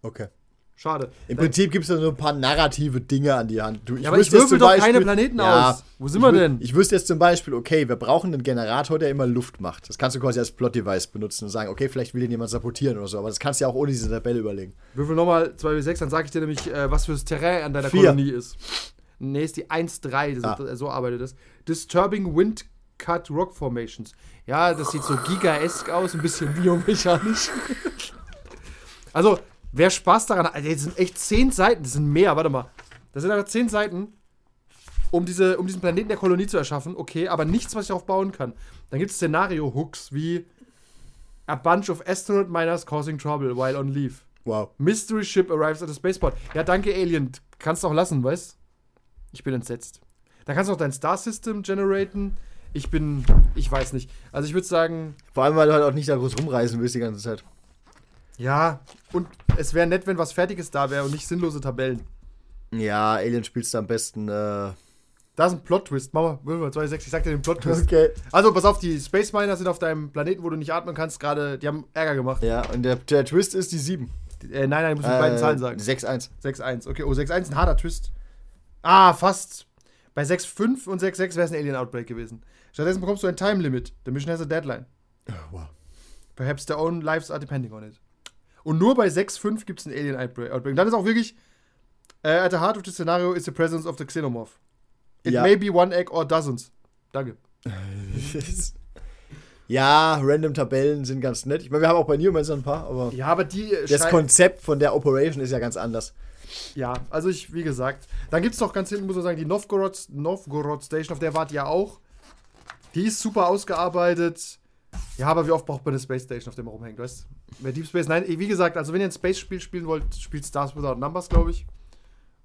[SPEAKER 4] okay.
[SPEAKER 3] Schade.
[SPEAKER 4] Im
[SPEAKER 3] Da-
[SPEAKER 4] Prinzip gibt es da so ein paar narrative Dinge an die Hand. Du,
[SPEAKER 3] Ja, aber ich
[SPEAKER 4] wüsste jetzt
[SPEAKER 3] würfel
[SPEAKER 4] zum
[SPEAKER 3] doch keine Planeten aus. Wo sind
[SPEAKER 4] ich
[SPEAKER 3] wir
[SPEAKER 4] wü-
[SPEAKER 3] denn?
[SPEAKER 4] Ich wüsste jetzt zum Beispiel, okay, wir brauchen einen Generator, der immer Luft macht. Das kannst du quasi als Plot-Device benutzen und sagen, okay, vielleicht will den jemand sabotieren oder so. Aber das kannst du ja auch ohne diese Tabelle überlegen.
[SPEAKER 3] Würfel nochmal 2W6, dann sage ich dir nämlich, äh, was fürs Terrain an deiner
[SPEAKER 4] Vier.
[SPEAKER 3] Kolonie ist. Nee, ist die 1-3, das-
[SPEAKER 4] Ah.
[SPEAKER 3] das- äh, so arbeitet das. Disturbing Wind Cut Rock Formations. Ja, das sieht so gigaesk aus, ein bisschen biomechanisch. also, wer Spaß daran hat, Alter, das sind echt 10 Seiten, das sind mehr, warte mal. Das sind aber 10 Seiten, um, diese, um diesen Planeten der Kolonie zu erschaffen, okay, aber nichts, was ich darauf bauen kann. Dann gibt es Szenario-Hooks wie A bunch of astronaut miners causing trouble while on leave.
[SPEAKER 4] Wow.
[SPEAKER 3] Mystery Ship arrives at the spaceport. Ja, danke, Alien. Kannst auch lassen, weißt? Ich bin entsetzt. Da kannst du auch dein Star System generaten. Ich bin. Ich weiß nicht. Also, ich würde sagen,
[SPEAKER 4] Vor allem, weil du halt auch nicht da groß rumreisen willst die ganze Zeit.
[SPEAKER 3] ja. Und es wäre nett, wenn was Fertiges da wäre und nicht sinnlose Tabellen.
[SPEAKER 4] Ja, Alien spielst du am besten. Äh,
[SPEAKER 3] Da ist ein Plot-Twist. Mama, würfel mal 26. Ich sag dir den Plot-Twist.
[SPEAKER 4] okay.
[SPEAKER 3] Also, pass auf, die Space Miner sind auf deinem Planeten, wo du nicht atmen kannst, gerade. Die haben Ärger gemacht.
[SPEAKER 4] Ja, und der, der Twist ist die 7.
[SPEAKER 3] Äh, nein, nein, ich muss die beiden Zahlen sagen.
[SPEAKER 4] 6-1.
[SPEAKER 3] 6-1. Okay, oh, 6-1 ein harter Twist. Ah, fast. Bei 6-5 und 6-6 wäre es ein Alien Outbreak gewesen. Stattdessen bekommst du ein Time Limit. The mission has a deadline.
[SPEAKER 4] Oh, wow.
[SPEAKER 3] Perhaps their own lives are depending on it. Und nur bei 6-5 gibt es ein Alien Outbreak. Outbreak. Und dann ist auch wirklich, äh, at the heart of the scenario is the presence of the Xenomorph. It
[SPEAKER 4] Ja.
[SPEAKER 3] may be one egg or dozens. Danke.
[SPEAKER 4] ja, random Tabellen sind ganz nett. Ich meine, wir haben auch bei Newman so ein paar, aber
[SPEAKER 3] Ja, aber die äh,
[SPEAKER 4] das
[SPEAKER 3] schrei-
[SPEAKER 4] Konzept von der Operation ist ja ganz anders.
[SPEAKER 3] Ja, also ich, wie gesagt. Dann gibt es noch ganz hinten, muss man sagen, die Novgorod, Novgorod Station, auf der wart ihr auch. Die ist super ausgearbeitet. Ja, aber wie oft braucht man eine Space Station, auf der man rumhängt, weißt du? Bei Deep Space, nein, wie gesagt, also wenn ihr ein Space-Spiel spielen wollt, spielt Stars Without Numbers, glaube ich.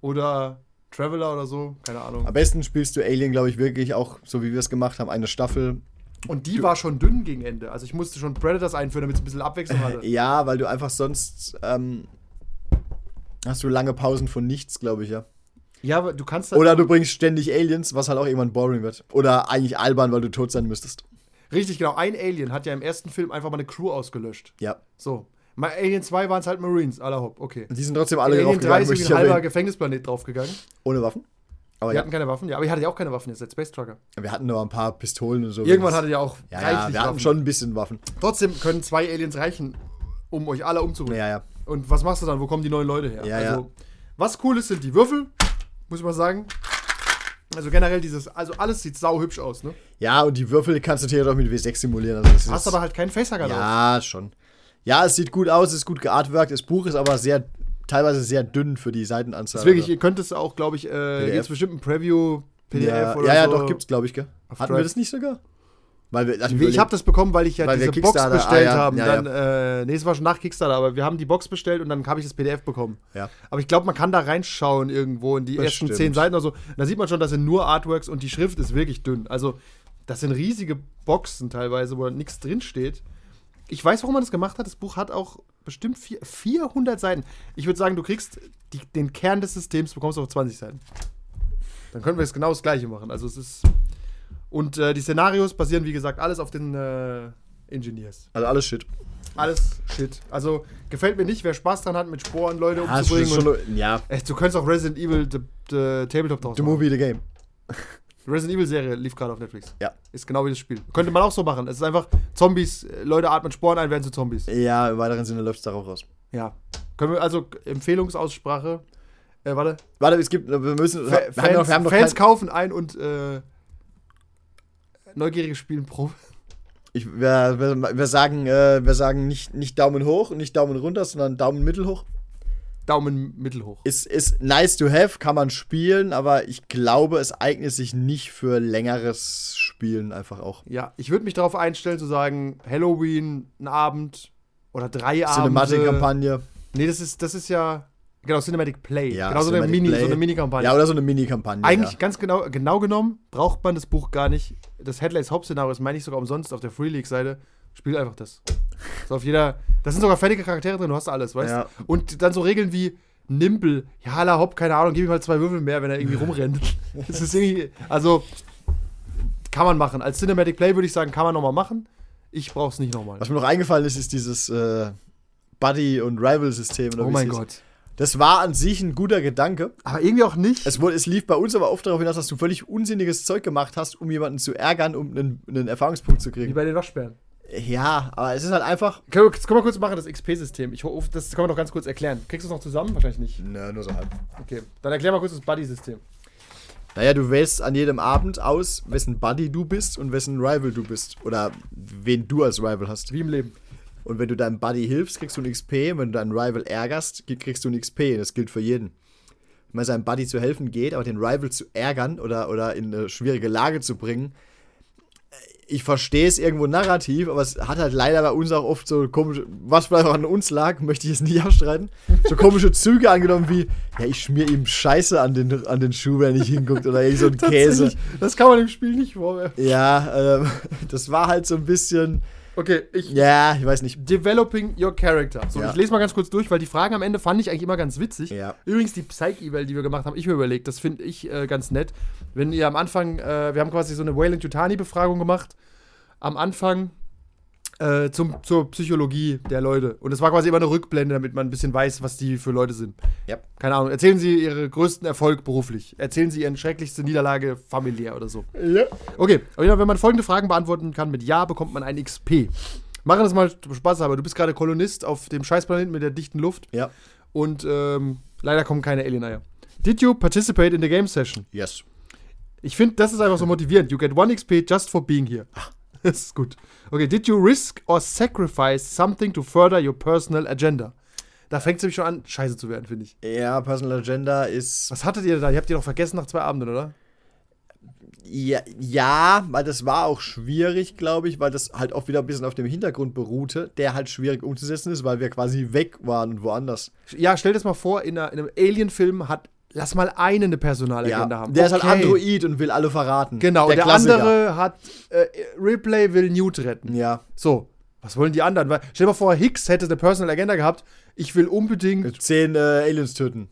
[SPEAKER 3] Oder Traveler oder so, keine Ahnung.
[SPEAKER 4] Am besten spielst du Alien, glaube ich, wirklich auch, so wie wir es gemacht haben, eine Staffel.
[SPEAKER 3] Und die war schon dünn gegen Ende. Also ich musste schon Predators einführen, damit es ein bisschen Abwechslung hatte.
[SPEAKER 4] Ja, weil du einfach sonst ähm, hast du lange Pausen von nichts, glaube ich, ja.
[SPEAKER 3] Ja, aber du kannst halt
[SPEAKER 4] Oder du bringst ständig Aliens, was halt auch irgendwann boring wird. Oder eigentlich albern, weil du tot sein müsstest.
[SPEAKER 3] Richtig, genau. Ein Alien hat ja im ersten Film einfach mal eine Crew ausgelöscht.
[SPEAKER 4] Ja.
[SPEAKER 3] So. Mal Alien 2 waren es halt Marines, aller hopp, okay.
[SPEAKER 4] Die sind trotzdem alle
[SPEAKER 3] Alien 3
[SPEAKER 4] draufgegangen,
[SPEAKER 3] ist
[SPEAKER 4] möchte
[SPEAKER 3] wie
[SPEAKER 4] ich
[SPEAKER 3] ein halber
[SPEAKER 4] erwähnen.
[SPEAKER 3] Gefängnisplanet draufgegangen.
[SPEAKER 4] Ohne Waffen. Aber
[SPEAKER 3] Wir
[SPEAKER 4] ja,
[SPEAKER 3] hatten keine Waffen, ja, aber ihr hattet ja auch keine Waffen, ihr seid Space Trucker.
[SPEAKER 4] wir hatten noch ein paar Pistolen und so.
[SPEAKER 3] Irgendwann
[SPEAKER 4] Das-
[SPEAKER 3] hattet ihr auch
[SPEAKER 4] ja, ja, wir hatten
[SPEAKER 3] Waffen.
[SPEAKER 4] schon ein bisschen Waffen.
[SPEAKER 3] Trotzdem können zwei Aliens reichen, um euch alle umzubringen.
[SPEAKER 4] Ja, ja.
[SPEAKER 3] Und was machst du dann? Wo kommen die neuen Leute her?
[SPEAKER 4] Ja,
[SPEAKER 3] also,
[SPEAKER 4] ja.
[SPEAKER 3] was cool ist, sind die Würfel, muss ich mal sagen. Also generell dieses, also alles sieht sauhübsch aus, ne?
[SPEAKER 4] Ja, und die Würfel kannst du theoretisch auch mit W6 simulieren. Also das ist
[SPEAKER 3] Hast aber halt keinen Facehugger drauf.
[SPEAKER 4] ja, schon. Ja, es sieht gut aus, es ist gut geartworkt. Das Buch ist aber sehr, teilweise sehr dünn für die Seitenanzahl.
[SPEAKER 3] Das ist wirklich, ihr könnt es auch, glaube ich, äh,
[SPEAKER 4] PDF.
[SPEAKER 3] gibt es bestimmt ein Preview, PDF
[SPEAKER 4] ja,
[SPEAKER 3] E oder
[SPEAKER 4] ja, ja,
[SPEAKER 3] so.
[SPEAKER 4] doch, gibt's, glaube ich, gell? Hatten
[SPEAKER 3] Drive.
[SPEAKER 4] wir das nicht sogar? Weil wir, also
[SPEAKER 3] Ich habe das bekommen, weil ich ja
[SPEAKER 4] Weil wir
[SPEAKER 3] diese Box
[SPEAKER 4] Kickstarter-
[SPEAKER 3] bestellt
[SPEAKER 4] ah, ja,
[SPEAKER 3] haben.
[SPEAKER 4] ja,
[SPEAKER 3] dann, Äh, nee, es war schon nach Kickstarter, aber wir haben die Box bestellt und dann habe ich das PDF bekommen.
[SPEAKER 4] Ja.
[SPEAKER 3] Aber ich glaube, man kann da reinschauen irgendwo in die ersten
[SPEAKER 4] Bestimmt.
[SPEAKER 3] zehn Seiten oder so. Da sieht man schon, das sind nur Artworks und die Schrift ist wirklich dünn. Also, das sind riesige Boxen teilweise, wo nichts drinsteht. Ich weiß, warum man das gemacht hat. Das Buch hat auch bestimmt vier, 400 Seiten. Ich würde sagen, du kriegst die, den Kern des Systems, bekommst du auf 20 Seiten. Dann können wir jetzt genau das Gleiche machen. Also, es ist. Und äh, die Szenarios basieren, wie gesagt, alles auf den äh, Engineers.
[SPEAKER 4] Also alles Shit.
[SPEAKER 3] Alles Shit. Also gefällt mir nicht, wer Spaß dran hat, mit Sporen Leute
[SPEAKER 4] Ah, das
[SPEAKER 3] umzubringen.
[SPEAKER 4] ist
[SPEAKER 3] und,
[SPEAKER 4] schon, ja,
[SPEAKER 3] echt, du könntest auch Resident Evil the, the Tabletop draus
[SPEAKER 4] the
[SPEAKER 3] machen.
[SPEAKER 4] movie, the game.
[SPEAKER 3] Resident Evil Serie lief gerade auf Netflix.
[SPEAKER 4] Ja.
[SPEAKER 3] Ist genau wie das Spiel. Könnte man auch so machen. Es ist einfach Zombies, äh, Leute atmen Sporen ein, werden zu Zombies.
[SPEAKER 4] Ja, im weiteren Sinne läuft's darauf raus.
[SPEAKER 3] Ja. Können wir also Empfehlungsaussprache. Äh, warte.
[SPEAKER 4] Warte, es gibt, wir müssen,
[SPEAKER 3] Fa-
[SPEAKER 4] wir
[SPEAKER 3] Fans,
[SPEAKER 4] haben noch, wir haben noch
[SPEAKER 3] Fans
[SPEAKER 4] kein,
[SPEAKER 3] kaufen ein und äh, neugierige spielen Probe.
[SPEAKER 4] ich, wir, wir, wir sagen, äh, wir sagen nicht, nicht Daumen hoch und nicht Daumen runter, sondern Daumen mittel hoch.
[SPEAKER 3] Daumen mittelhoch.
[SPEAKER 4] Ist, ist nice to have, kann man spielen, aber ich glaube, es eignet sich nicht für längeres Spielen einfach auch.
[SPEAKER 3] Ja, ich würde mich darauf einstellen zu sagen, Halloween, ein Abend oder drei Abende.
[SPEAKER 4] Cinematic-Kampagne.
[SPEAKER 3] Nee, das ist, das ist ja. Genau, Cinematic Play.
[SPEAKER 4] Ja,
[SPEAKER 3] äh, genau, so eine
[SPEAKER 4] Cinematic
[SPEAKER 3] Mini,
[SPEAKER 4] Play.
[SPEAKER 3] so eine Mini-Kampagne.
[SPEAKER 4] Ja, oder so eine Mini-Kampagne.
[SPEAKER 3] Eigentlich
[SPEAKER 4] ja.
[SPEAKER 3] ganz genau, genau genommen braucht man das Buch gar nicht. Das Headlays Hauptszenario ist, meine ich, sogar umsonst auf der Free League-Seite. Spiel einfach das. So auf jeder. Da sind sogar fertige Charaktere drin, du hast alles, weißt du?
[SPEAKER 4] Ja.
[SPEAKER 3] Und dann so Regeln wie Nimpel, ja, la hopp, keine Ahnung, gib ihm halt zwei Würfel mehr, wenn er irgendwie rumrennt. das ist irgendwie. Also, kann man machen. Als Cinematic Play würde ich sagen, kann man nochmal machen. Ich brauch's nicht nochmal.
[SPEAKER 4] Was mir noch eingefallen ist, ist dieses äh, Buddy- und Rival-System. oder
[SPEAKER 3] Oh
[SPEAKER 4] wie es
[SPEAKER 3] mein
[SPEAKER 4] hieß.
[SPEAKER 3] Gott.
[SPEAKER 4] Das war an sich ein guter Gedanke.
[SPEAKER 3] Aber irgendwie auch nicht.
[SPEAKER 4] Es, wurde, es lief bei uns aber oft darauf hinaus, dass du völlig unsinniges Zeug gemacht hast, um jemanden zu ärgern, um einen, einen Erfahrungspunkt zu
[SPEAKER 3] wie
[SPEAKER 4] kriegen.
[SPEAKER 3] bei den Waschbären.
[SPEAKER 4] Ja, aber es ist halt einfach.
[SPEAKER 3] Können wir, können wir kurz machen, das XP-System. Ich hoffe, das kann man noch ganz kurz erklären. Kriegst du es noch zusammen? Wahrscheinlich nicht.
[SPEAKER 4] Ne, nur so halb.
[SPEAKER 3] Okay, dann erklär mal kurz das Buddy-System.
[SPEAKER 4] Naja, du wählst an jedem Abend aus, wessen Buddy du bist und wessen Rival du bist. Oder wen du als Rival hast.
[SPEAKER 3] Wie im Leben.
[SPEAKER 4] Und wenn du deinem Buddy hilfst, kriegst du ein XP. Und wenn du deinen Rival ärgerst, ge- kriegst du ein XP. Das gilt für jeden. Wenn man seinem Buddy zu helfen geht, aber den Rival zu ärgern oder, oder in eine schwierige Lage zu bringen, äh, ich verstehe es irgendwo narrativ, aber es hat halt leider bei uns auch oft so komische, was vielleicht auch an uns lag, möchte ich jetzt nicht abstreiten, so komische Züge angenommen wie, ja, ich schmier ihm Scheiße an den, an den Schuh, wenn er nicht hinguckt oder irgend so ein Käse.
[SPEAKER 3] Das kann man dem Spiel nicht vorwerfen.
[SPEAKER 4] Ja, ähm, das war halt so ein bisschen,
[SPEAKER 3] Okay, ich.
[SPEAKER 4] ja, ich weiß nicht,
[SPEAKER 3] Developing your character. So,
[SPEAKER 4] Ja.
[SPEAKER 3] ich lese mal ganz kurz durch, weil die Fragen am Ende fand ich eigentlich immer ganz witzig.
[SPEAKER 4] Ja.
[SPEAKER 3] Übrigens, die Psyche-Eval, die wir gemacht haben, ich mir überlegt, das finde ich äh, ganz nett. Wenn ihr am Anfang, äh, wir haben quasi so eine Wayland-Yutani-Befragung gemacht. Am Anfang äh, zum, zur Psychologie der Leute. Und es war quasi immer eine Rückblende, damit man ein bisschen weiß, was die für Leute sind.
[SPEAKER 4] Ja.
[SPEAKER 3] Keine Ahnung. Erzählen Sie Ihren größten Erfolg beruflich. Erzählen Sie Ihren schrecklichste Niederlage familiär oder so.
[SPEAKER 4] Ja.
[SPEAKER 3] Okay, aber genau, wenn man folgende Fragen beantworten kann mit Ja, bekommt man ein XP. Machen das mal Spaß, aber du bist gerade Kolonist auf dem Scheißplaneten mit der dichten Luft
[SPEAKER 4] ja,
[SPEAKER 3] und ähm, leider kommen keine Alien-Eier. Did you participate in the game session?
[SPEAKER 4] yes.
[SPEAKER 3] Ich finde, das ist einfach so motivierend. You get one XP just for being here. Das ist gut. Okay, did you risk or sacrifice something to further your personal agenda? Da fängt es nämlich schon an, scheiße zu werden, finde ich.
[SPEAKER 4] Ja, Personal Agenda ist.
[SPEAKER 3] Was hattet ihr da? Ihr habt ihr doch vergessen nach zwei Abenden, oder?
[SPEAKER 4] Ja, ja, weil das war auch schwierig, glaube ich, weil das halt auch wieder ein bisschen auf dem Hintergrund beruhte, der halt schwierig umzusetzen ist, weil wir quasi weg waren und woanders.
[SPEAKER 3] Ja, stell dir das mal vor, in, einer, in einem Alien-Film hat, lass mal einen eine Personalagenda haben.
[SPEAKER 4] der ist halt
[SPEAKER 3] Okay.
[SPEAKER 4] Android und will alle verraten.
[SPEAKER 3] Genau, der,
[SPEAKER 4] Klassiker.
[SPEAKER 3] andere hat, äh, Ripley will Newt retten.
[SPEAKER 4] Ja,
[SPEAKER 3] So, was wollen die anderen? Weil, stell dir mal vor, Hicks hätte eine Personal Agenda gehabt, ich will unbedingt,
[SPEAKER 4] zehn äh, Aliens töten.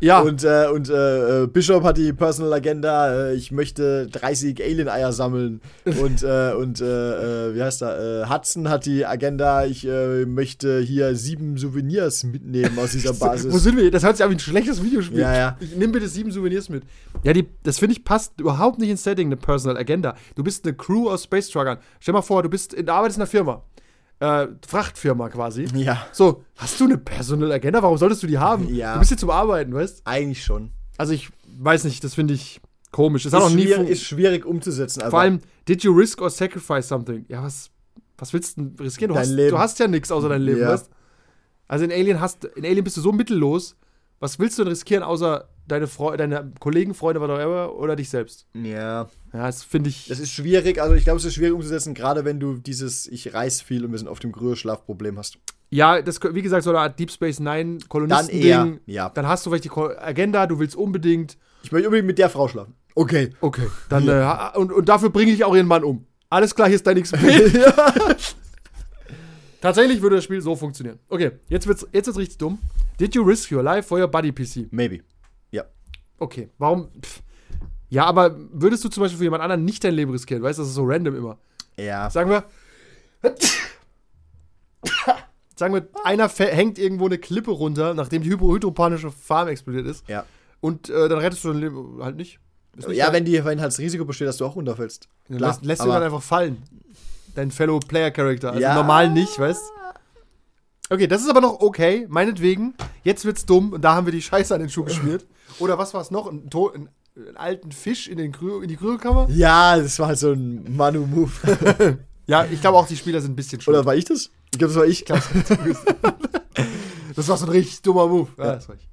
[SPEAKER 3] ja,
[SPEAKER 4] Und, äh, und äh, äh, Bishop hat die Personal Agenda, äh, ich möchte 30 Alien-Eier sammeln. Und, äh, und äh, äh, wie heißt er? Äh, Hudson hat die Agenda, ich äh, möchte hier sieben Souvenirs mitnehmen aus dieser
[SPEAKER 3] wo
[SPEAKER 4] Basis.
[SPEAKER 3] sind wir? Das hört sich an wie ein schlechtes Videospiel.
[SPEAKER 4] Ja, ja.
[SPEAKER 3] Ich nimm bitte sieben Souvenirs mit. Ja, die, das finde ich passt überhaupt nicht ins Setting, eine Personal Agenda. Du bist eine Crew aus Space Truckern. Stell dir mal vor, du bist, in- arbeitest in einer Firma. Äh, Frachtfirma quasi.
[SPEAKER 4] ja,
[SPEAKER 3] So, hast du eine Personal Agenda? Warum solltest du die haben?
[SPEAKER 4] Ja.
[SPEAKER 3] Du bist hier zum Arbeiten, weißt?
[SPEAKER 4] eigentlich schon.
[SPEAKER 3] Also ich weiß nicht, das finde ich komisch. Das hat auch
[SPEAKER 4] Ist,
[SPEAKER 3] nie
[SPEAKER 4] schwierig,
[SPEAKER 3] fun-
[SPEAKER 4] ist schwierig umzusetzen. also aber
[SPEAKER 3] Vor allem, did you risk or sacrifice something? Ja, was, was willst du denn riskieren? Du,
[SPEAKER 4] Dein
[SPEAKER 3] hast,
[SPEAKER 4] Leben.
[SPEAKER 3] du hast ja nichts außer dein Leben,
[SPEAKER 4] Ja.
[SPEAKER 3] weißt? Also in Alien, hast, in Alien bist du so mittellos. Was willst du denn riskieren, außer deine, Freu deine Kollegen, Freunde, whatever, oder dich selbst?
[SPEAKER 4] Ja.
[SPEAKER 3] Ja, das finde ich.
[SPEAKER 4] Das ist schwierig, also ich glaube, es ist schwierig umzusetzen, gerade wenn du dieses Ich reiß viel und wir sind auf dem Grühe-Schlaf-Problem hast.
[SPEAKER 3] ja, das, wie gesagt, so eine Art Deep Space Nine Kolonisten-Ding.
[SPEAKER 4] eher, ja.
[SPEAKER 3] Dann hast du vielleicht die Ko Agenda, du willst unbedingt.
[SPEAKER 4] Ich möchte unbedingt mit der Frau schlafen. Okay.
[SPEAKER 3] Okay, dann äh, ha- und, und dafür bringe ich auch ihren Mann um. Alles klar, hier ist dein XP. Tatsächlich würde das Spiel so funktionieren. Okay, jetzt wird's jetzt wird's richtig dumm. Did you risk your life for your buddy PC?
[SPEAKER 4] Maybe.
[SPEAKER 3] Okay, warum? Pff. Ja, aber würdest du zum Beispiel für jemand anderen nicht dein Leben riskieren? Weißt du, das ist so random immer.
[SPEAKER 4] Ja.
[SPEAKER 3] Sagen wir. Sagen wir, einer fä- hängt irgendwo eine Klippe runter, nachdem die hypo- hydropanische Farm explodiert ist.
[SPEAKER 4] Ja.
[SPEAKER 3] Und äh, dann rettest du dein Leben halt nicht. Ist nicht
[SPEAKER 4] Ja,
[SPEAKER 3] dein-
[SPEAKER 4] wenn, die, wenn halt das Risiko besteht, dass du auch runterfällst.
[SPEAKER 3] Dann
[SPEAKER 4] Klar,
[SPEAKER 3] lässt, lässt du
[SPEAKER 4] aber-
[SPEAKER 3] dann einfach fallen. Dein Fellow Player Character. Also
[SPEAKER 4] Ja.
[SPEAKER 3] normal nicht, weißt Okay, das ist aber noch okay, meinetwegen. Jetzt wird's dumm und da haben wir die Scheiße an den Schuh geschmiert. Oder was war's noch? Ein, to ein, einen alten Fisch in, den Krü in die Krügelkammer?
[SPEAKER 4] Ja, das war halt so ein Manu-Move.
[SPEAKER 3] Ja, ich glaube auch, die Spieler sind ein bisschen schuld.
[SPEAKER 4] Oder war ich das? Ich glaube, das war ich.
[SPEAKER 3] Klaus. Das war so ein richtig dummer Move. Ja, ist recht.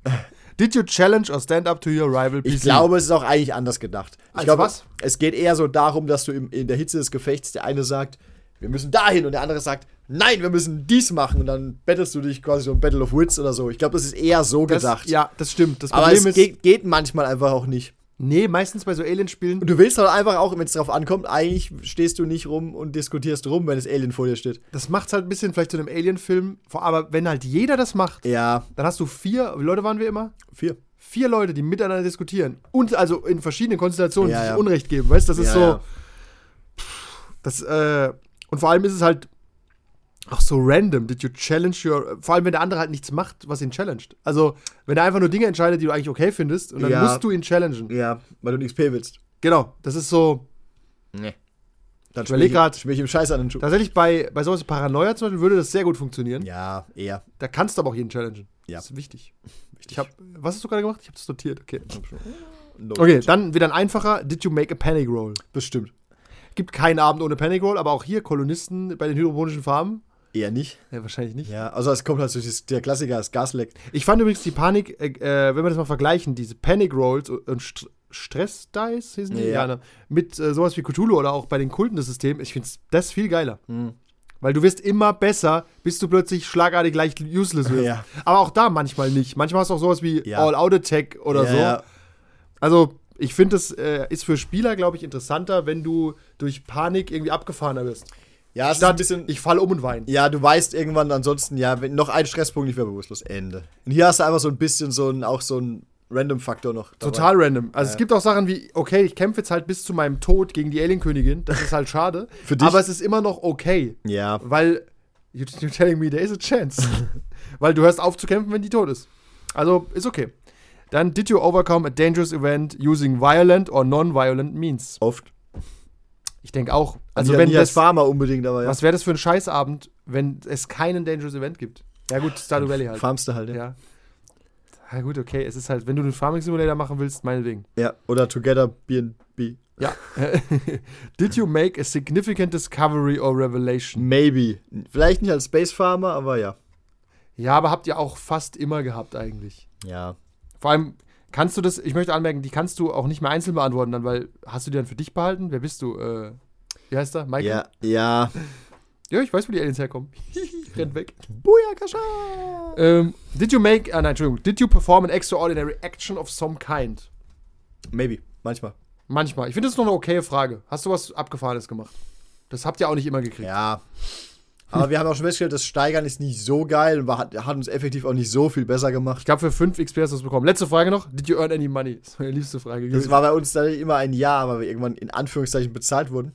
[SPEAKER 3] Did you challenge or stand up to your rival PC?
[SPEAKER 4] Ich glaube, es ist auch eigentlich anders gedacht. Ich
[SPEAKER 3] Als
[SPEAKER 4] glaube,
[SPEAKER 3] was?
[SPEAKER 4] es geht eher so darum, dass du im, in der Hitze des Gefechts der eine sagt, wir müssen dahin und der andere sagt, nein, wir müssen dies machen und dann bettelst du dich quasi so ein Battle of Wits oder so. Ich glaube, das ist eher so
[SPEAKER 3] das,
[SPEAKER 4] gedacht.
[SPEAKER 3] Ja, das stimmt. Das
[SPEAKER 4] Aber
[SPEAKER 3] Problem
[SPEAKER 4] es
[SPEAKER 3] ist.
[SPEAKER 4] geht, geht manchmal einfach auch nicht.
[SPEAKER 3] nee, meistens bei so Alien-Spielen.
[SPEAKER 4] Und du willst halt einfach auch, wenn es drauf ankommt, eigentlich stehst du nicht rum und diskutierst rum, wenn das Alien vor dir steht.
[SPEAKER 3] Das macht's halt ein bisschen vielleicht zu einem Alien-Film. vor- Aber wenn halt jeder das macht,
[SPEAKER 4] Ja,
[SPEAKER 3] dann hast du vier. Wie Leute waren wir immer?
[SPEAKER 4] vier.
[SPEAKER 3] Vier Leute, die miteinander diskutieren. Und also in verschiedenen Konstellationen
[SPEAKER 4] Ja,
[SPEAKER 3] sich
[SPEAKER 4] ja.
[SPEAKER 3] Unrecht geben. Weißt du, das ist
[SPEAKER 4] Ja,
[SPEAKER 3] so.
[SPEAKER 4] ja.
[SPEAKER 3] Das, äh, und vor allem ist es halt auch so random. Did you challenge your. Vor allem, wenn der andere halt nichts macht, was ihn challenged. Also, wenn er einfach nur Dinge entscheidet, die du eigentlich okay findest, und dann
[SPEAKER 4] Ja.
[SPEAKER 3] musst du ihn challengen.
[SPEAKER 4] Ja, weil du ein XP willst.
[SPEAKER 3] Genau, das ist so.
[SPEAKER 4] Dann ich
[SPEAKER 3] überleg grad.
[SPEAKER 4] Ich ihm Scheiß an den Schuh.
[SPEAKER 3] Tatsächlich bei, bei sowas wie Paranoia zum Beispiel würde das sehr gut funktionieren.
[SPEAKER 4] ja, eher.
[SPEAKER 3] Da kannst du aber auch jeden challengen.
[SPEAKER 4] Ja.
[SPEAKER 3] Das ist wichtig. Ich hab, was hast du gerade gemacht? Ich habe das notiert. Okay.
[SPEAKER 4] No.
[SPEAKER 3] Okay, dann wieder ein einfacher. Did you make a panic roll?
[SPEAKER 4] Bestimmt.
[SPEAKER 3] Gibt keinen Abend ohne Panic Roll, aber auch hier Kolonisten bei den hydroponischen Farmen.
[SPEAKER 4] Eher nicht.
[SPEAKER 3] Ja, wahrscheinlich nicht.
[SPEAKER 4] Ja, also es kommt halt so dieses, der Klassiker, das Gasleck.
[SPEAKER 3] Ich fand übrigens die Panik, äh, äh, wenn wir das mal vergleichen, diese Panic Rolls und St Stress Dice hießen die,
[SPEAKER 4] Ja.
[SPEAKER 3] ne? mit äh, sowas wie Cthulhu oder auch bei den Kulten des Systems, ich finde das viel geiler.
[SPEAKER 4] Hm.
[SPEAKER 3] Weil du wirst immer besser, bis du plötzlich schlagartig leicht useless wirst.
[SPEAKER 4] Ja.
[SPEAKER 3] Aber auch da manchmal nicht. Manchmal hast du auch sowas wie
[SPEAKER 4] Ja.
[SPEAKER 3] All-Out-Attack oder
[SPEAKER 4] ja,
[SPEAKER 3] so.
[SPEAKER 4] ja.
[SPEAKER 3] Also, ich finde, das äh, ist für Spieler, glaube ich, interessanter, wenn du durch Panik irgendwie abgefahrener wirst.
[SPEAKER 4] Ja, es ist ein
[SPEAKER 3] Statt,
[SPEAKER 4] bisschen.
[SPEAKER 3] ich fall um und weine.
[SPEAKER 4] ja, du weißt irgendwann ansonsten, ja, wenn noch ein Stresspunkt, ich wäre bewusstlos. Ende. Und hier hast du einfach so ein bisschen so ein, auch so ein Random-Faktor noch. dabei.
[SPEAKER 3] Total random. Also es gibt auch Sachen wie, okay, ich kämpfe jetzt halt bis zu meinem Tod gegen die Alienkönigin. Das ist halt schade.
[SPEAKER 4] Für dich?
[SPEAKER 3] Aber es ist immer noch okay.
[SPEAKER 4] Ja.
[SPEAKER 3] Weil, you- you're telling me there is a chance. weil du hörst auf zu kämpfen, wenn die tot ist. Also, ist okay. Dann, did you overcome a dangerous event using violent or non-violent means?
[SPEAKER 4] Oft.
[SPEAKER 3] Ich denke auch. Also,
[SPEAKER 4] Also ja,
[SPEAKER 3] wenn
[SPEAKER 4] wenn das
[SPEAKER 3] das,
[SPEAKER 4] Farmer unbedingt, aber ja.
[SPEAKER 3] was wäre das für ein Scheißabend, wenn es keinen dangerous event gibt? Ja gut, Stardew Valley halt.
[SPEAKER 4] farmst du halt, ja.
[SPEAKER 3] ja. Ja gut, okay. Es ist halt, wenn du einen Farming Simulator machen willst, meinetwegen.
[SPEAKER 4] ja. Oder Together BNB.
[SPEAKER 3] Ja. Did you make a significant discovery or revelation?
[SPEAKER 4] Maybe. Vielleicht nicht als Space Farmer, aber ja.
[SPEAKER 3] Ja, aber habt ihr auch fast immer gehabt eigentlich.
[SPEAKER 4] Ja.
[SPEAKER 3] Vor allem kannst du das, ich möchte anmerken, die kannst du auch nicht mehr einzeln beantworten dann, weil hast du die dann für dich behalten? Wer bist du? Äh, wie heißt er? Michael?
[SPEAKER 4] Ja, ja.
[SPEAKER 3] Ja, ich weiß, wo die Aliens herkommen. Rennt weg.
[SPEAKER 4] Booyakasha!
[SPEAKER 3] Ähm, did you make, ah nein, Entschuldigung. Did you perform an extraordinary action of some kind?
[SPEAKER 4] Maybe. Manchmal.
[SPEAKER 3] Manchmal. Ich finde, das ist noch eine okaye Frage. Hast du was Abgefahrenes gemacht? Das habt ihr auch nicht immer gekriegt.
[SPEAKER 4] Ja. Aber wir haben auch schon festgestellt, das Steigern ist nicht so geil und war- hat, hat uns effektiv auch nicht so viel besser
[SPEAKER 3] Ich
[SPEAKER 4] gemacht.
[SPEAKER 3] glaube, für 5 XP hast du es bekommen. Letzte Frage noch. Did you earn any money? Das ist meine liebste Frage.
[SPEAKER 4] Das war bei uns dann immer ein Jahr, weil wir irgendwann in Anführungszeichen bezahlt wurden.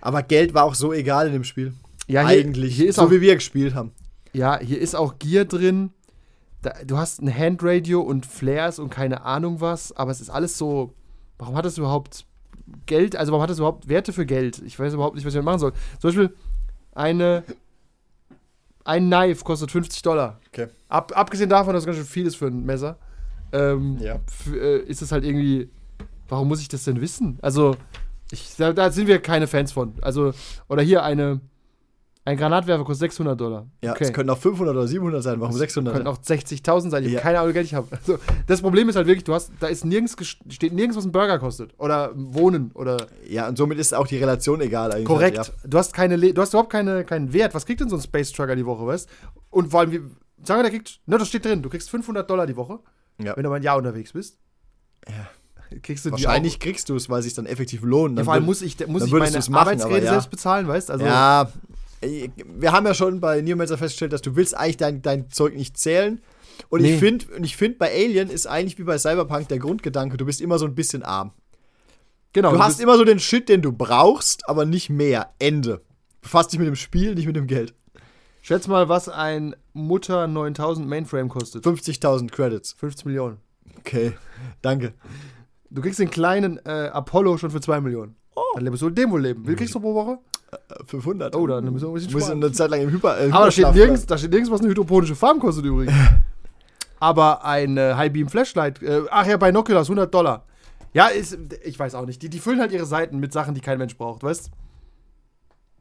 [SPEAKER 4] Aber Geld war auch so egal in dem Spiel.
[SPEAKER 3] Ja, hier-
[SPEAKER 4] Eigentlich.
[SPEAKER 3] hier ist
[SPEAKER 4] so
[SPEAKER 3] auch-
[SPEAKER 4] wie wir gespielt haben.
[SPEAKER 3] Ja, hier ist auch Gear drin. Da, du hast ein Handradio und Flares und keine Ahnung was, aber es ist alles so. Warum hat das überhaupt Geld? Also, warum hat das überhaupt Werte für Geld? Ich weiß überhaupt nicht, was ich damit machen soll. Zum Beispiel, eine, ein Knife kostet 50 Dollar.
[SPEAKER 4] Okay.
[SPEAKER 3] Ab, abgesehen davon, dass es ganz schön viel ist für ein Messer, ähm,
[SPEAKER 4] Ja.
[SPEAKER 3] f- äh, ist es halt irgendwie. Warum muss ich das denn wissen? Also, ich, da, da sind wir keine Fans von. Also, oder hier eine. Ein Granatwerfer kostet 600 Dollar.
[SPEAKER 4] Ja, es könnten auch 500 oder 700 sein, warum 600?
[SPEAKER 3] Könnten auch 60.000 sein. Ich
[SPEAKER 4] Ja.
[SPEAKER 3] habe keine Ahnung, wie Geld ich habe. Also, das Problem ist halt wirklich, du hast, da ist nirgends gest- steht nirgends, was ein Burger kostet oder Wohnen oder
[SPEAKER 4] ja, und somit ist auch die Relation egal eigentlich.
[SPEAKER 3] korrekt.
[SPEAKER 4] halt, Ja.
[SPEAKER 3] Du hast keine, Le- du hast überhaupt keine, keinen Wert. Was kriegt denn so ein Space Trucker die Woche, weißt? Und vor allem, wie, sagen wir, der kriegt, ne, das steht drin, du kriegst 500 Dollar die Woche,
[SPEAKER 4] Ja.
[SPEAKER 3] wenn du mal ein Jahr unterwegs bist. Ja. Kriegst du die
[SPEAKER 4] Wahrscheinlich kriegst du es, weil es sich dann effektiv lohnt.
[SPEAKER 3] Auch,
[SPEAKER 4] Dann
[SPEAKER 3] vor allem
[SPEAKER 4] würd-
[SPEAKER 3] muss ich, muss
[SPEAKER 4] dann
[SPEAKER 3] ich
[SPEAKER 4] würdest
[SPEAKER 3] meine
[SPEAKER 4] du's machen,
[SPEAKER 3] Arbeitsgeräte
[SPEAKER 4] aber ja.
[SPEAKER 3] selbst bezahlen, weißt? Also,
[SPEAKER 4] Ja, äh, wir haben ja schon bei Neomancer festgestellt, dass du willst eigentlich dein, dein Zeug nicht zählen. Und
[SPEAKER 3] Nee.
[SPEAKER 4] ich finde, und ich find, bei Alien ist eigentlich wie bei Cyberpunk der Grundgedanke, du bist immer so ein bisschen arm.
[SPEAKER 3] genau.
[SPEAKER 4] Du
[SPEAKER 3] du
[SPEAKER 4] hast
[SPEAKER 3] bist-
[SPEAKER 4] immer so den Shit, den du brauchst, aber nicht mehr. Ende. Befass dich mit dem Spiel, nicht mit dem Geld.
[SPEAKER 3] schätz mal, was ein Mutter 9000 Mainframe kostet.
[SPEAKER 4] 50.000 Credits.
[SPEAKER 3] 50 Millionen.
[SPEAKER 4] Okay, danke.
[SPEAKER 3] Du kriegst den kleinen äh, Apollo schon für 2 Millionen.
[SPEAKER 4] Oh.
[SPEAKER 3] Dann lebst du mit dem wohl leben.
[SPEAKER 4] Mhm.
[SPEAKER 3] Wie viel kriegst du pro Woche?
[SPEAKER 4] Äh, 500.
[SPEAKER 3] Oh, dann müssen wir ein bisschen
[SPEAKER 4] Du musst
[SPEAKER 3] sparen.
[SPEAKER 4] eine Zeit lang im Hyper. Äh,
[SPEAKER 3] Aber da steht,
[SPEAKER 4] Hyperschlaf
[SPEAKER 3] nirgends, da steht nirgends, was eine hydroponische Farm kostet übrigens. Aber ein äh, High Beam Flashlight, äh, ach ja, bei Nokia 100 Dollar. Ja, ist, ich weiß auch nicht. Die, die füllen halt ihre Seiten mit Sachen, die kein Mensch braucht, weißt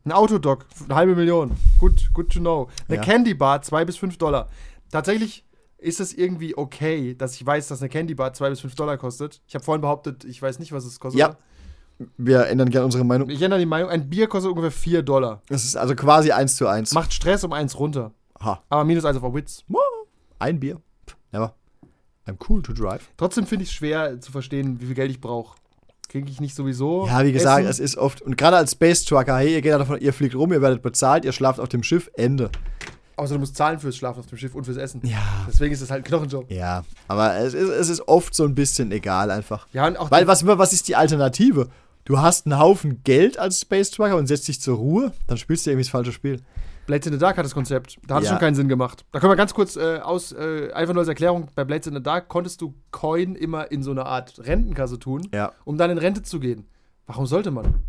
[SPEAKER 3] Ein Autodoc, eine halbe Million. Gut, good to know. Eine
[SPEAKER 4] Ja.
[SPEAKER 3] Candy Bar, 2 bis 5 Dollar. Tatsächlich ist es irgendwie okay, dass ich weiß, dass eine Candy Bar 2 bis 5 Dollar kostet? Ich habe vorhin behauptet, ich weiß nicht, was es kostet.
[SPEAKER 4] Ja. Wir ändern gerne unsere Meinung.
[SPEAKER 3] Ich ändere die Meinung, ein Bier kostet ungefähr 4 Dollar.
[SPEAKER 4] Das ist also quasi eins zu eins.
[SPEAKER 3] Macht Stress um eins runter.
[SPEAKER 4] Ha.
[SPEAKER 3] Aber minus eins auf der Witz.
[SPEAKER 4] Ein Bier. Pff, Never. I'm cool to drive.
[SPEAKER 3] Trotzdem finde ich es schwer zu verstehen, wie viel Geld ich brauche. Kriege ich nicht sowieso.
[SPEAKER 4] Ja, wie gesagt,
[SPEAKER 3] Essen?
[SPEAKER 4] es ist oft. Und gerade als Space Trucker, hey, ihr geht da davon, ihr fliegt rum, ihr werdet bezahlt, ihr schlaft auf dem Schiff, Ende.
[SPEAKER 3] Außer du musst zahlen fürs Schlafen auf dem Schiff und fürs Essen.
[SPEAKER 4] Ja.
[SPEAKER 3] Deswegen ist das halt ein Knochenjob.
[SPEAKER 4] Ja, aber es ist, es ist oft so ein bisschen egal einfach.
[SPEAKER 3] Ja, und auch
[SPEAKER 4] Weil was, was ist die Alternative? Du hast einen Haufen Geld als Space Trucker und setzt dich zur Ruhe, dann spielst du irgendwie das falsche Spiel.
[SPEAKER 3] Blades in the Dark hat das Konzept. Da hat es
[SPEAKER 4] Ja.
[SPEAKER 3] schon keinen Sinn gemacht. Da können wir ganz kurz äh, aus, äh, einfach nur als Erklärung, bei Blades in the Dark konntest du Coin immer in so eine Art Rentenkasse tun,
[SPEAKER 4] Ja.
[SPEAKER 3] um dann in Rente zu gehen. Warum sollte man?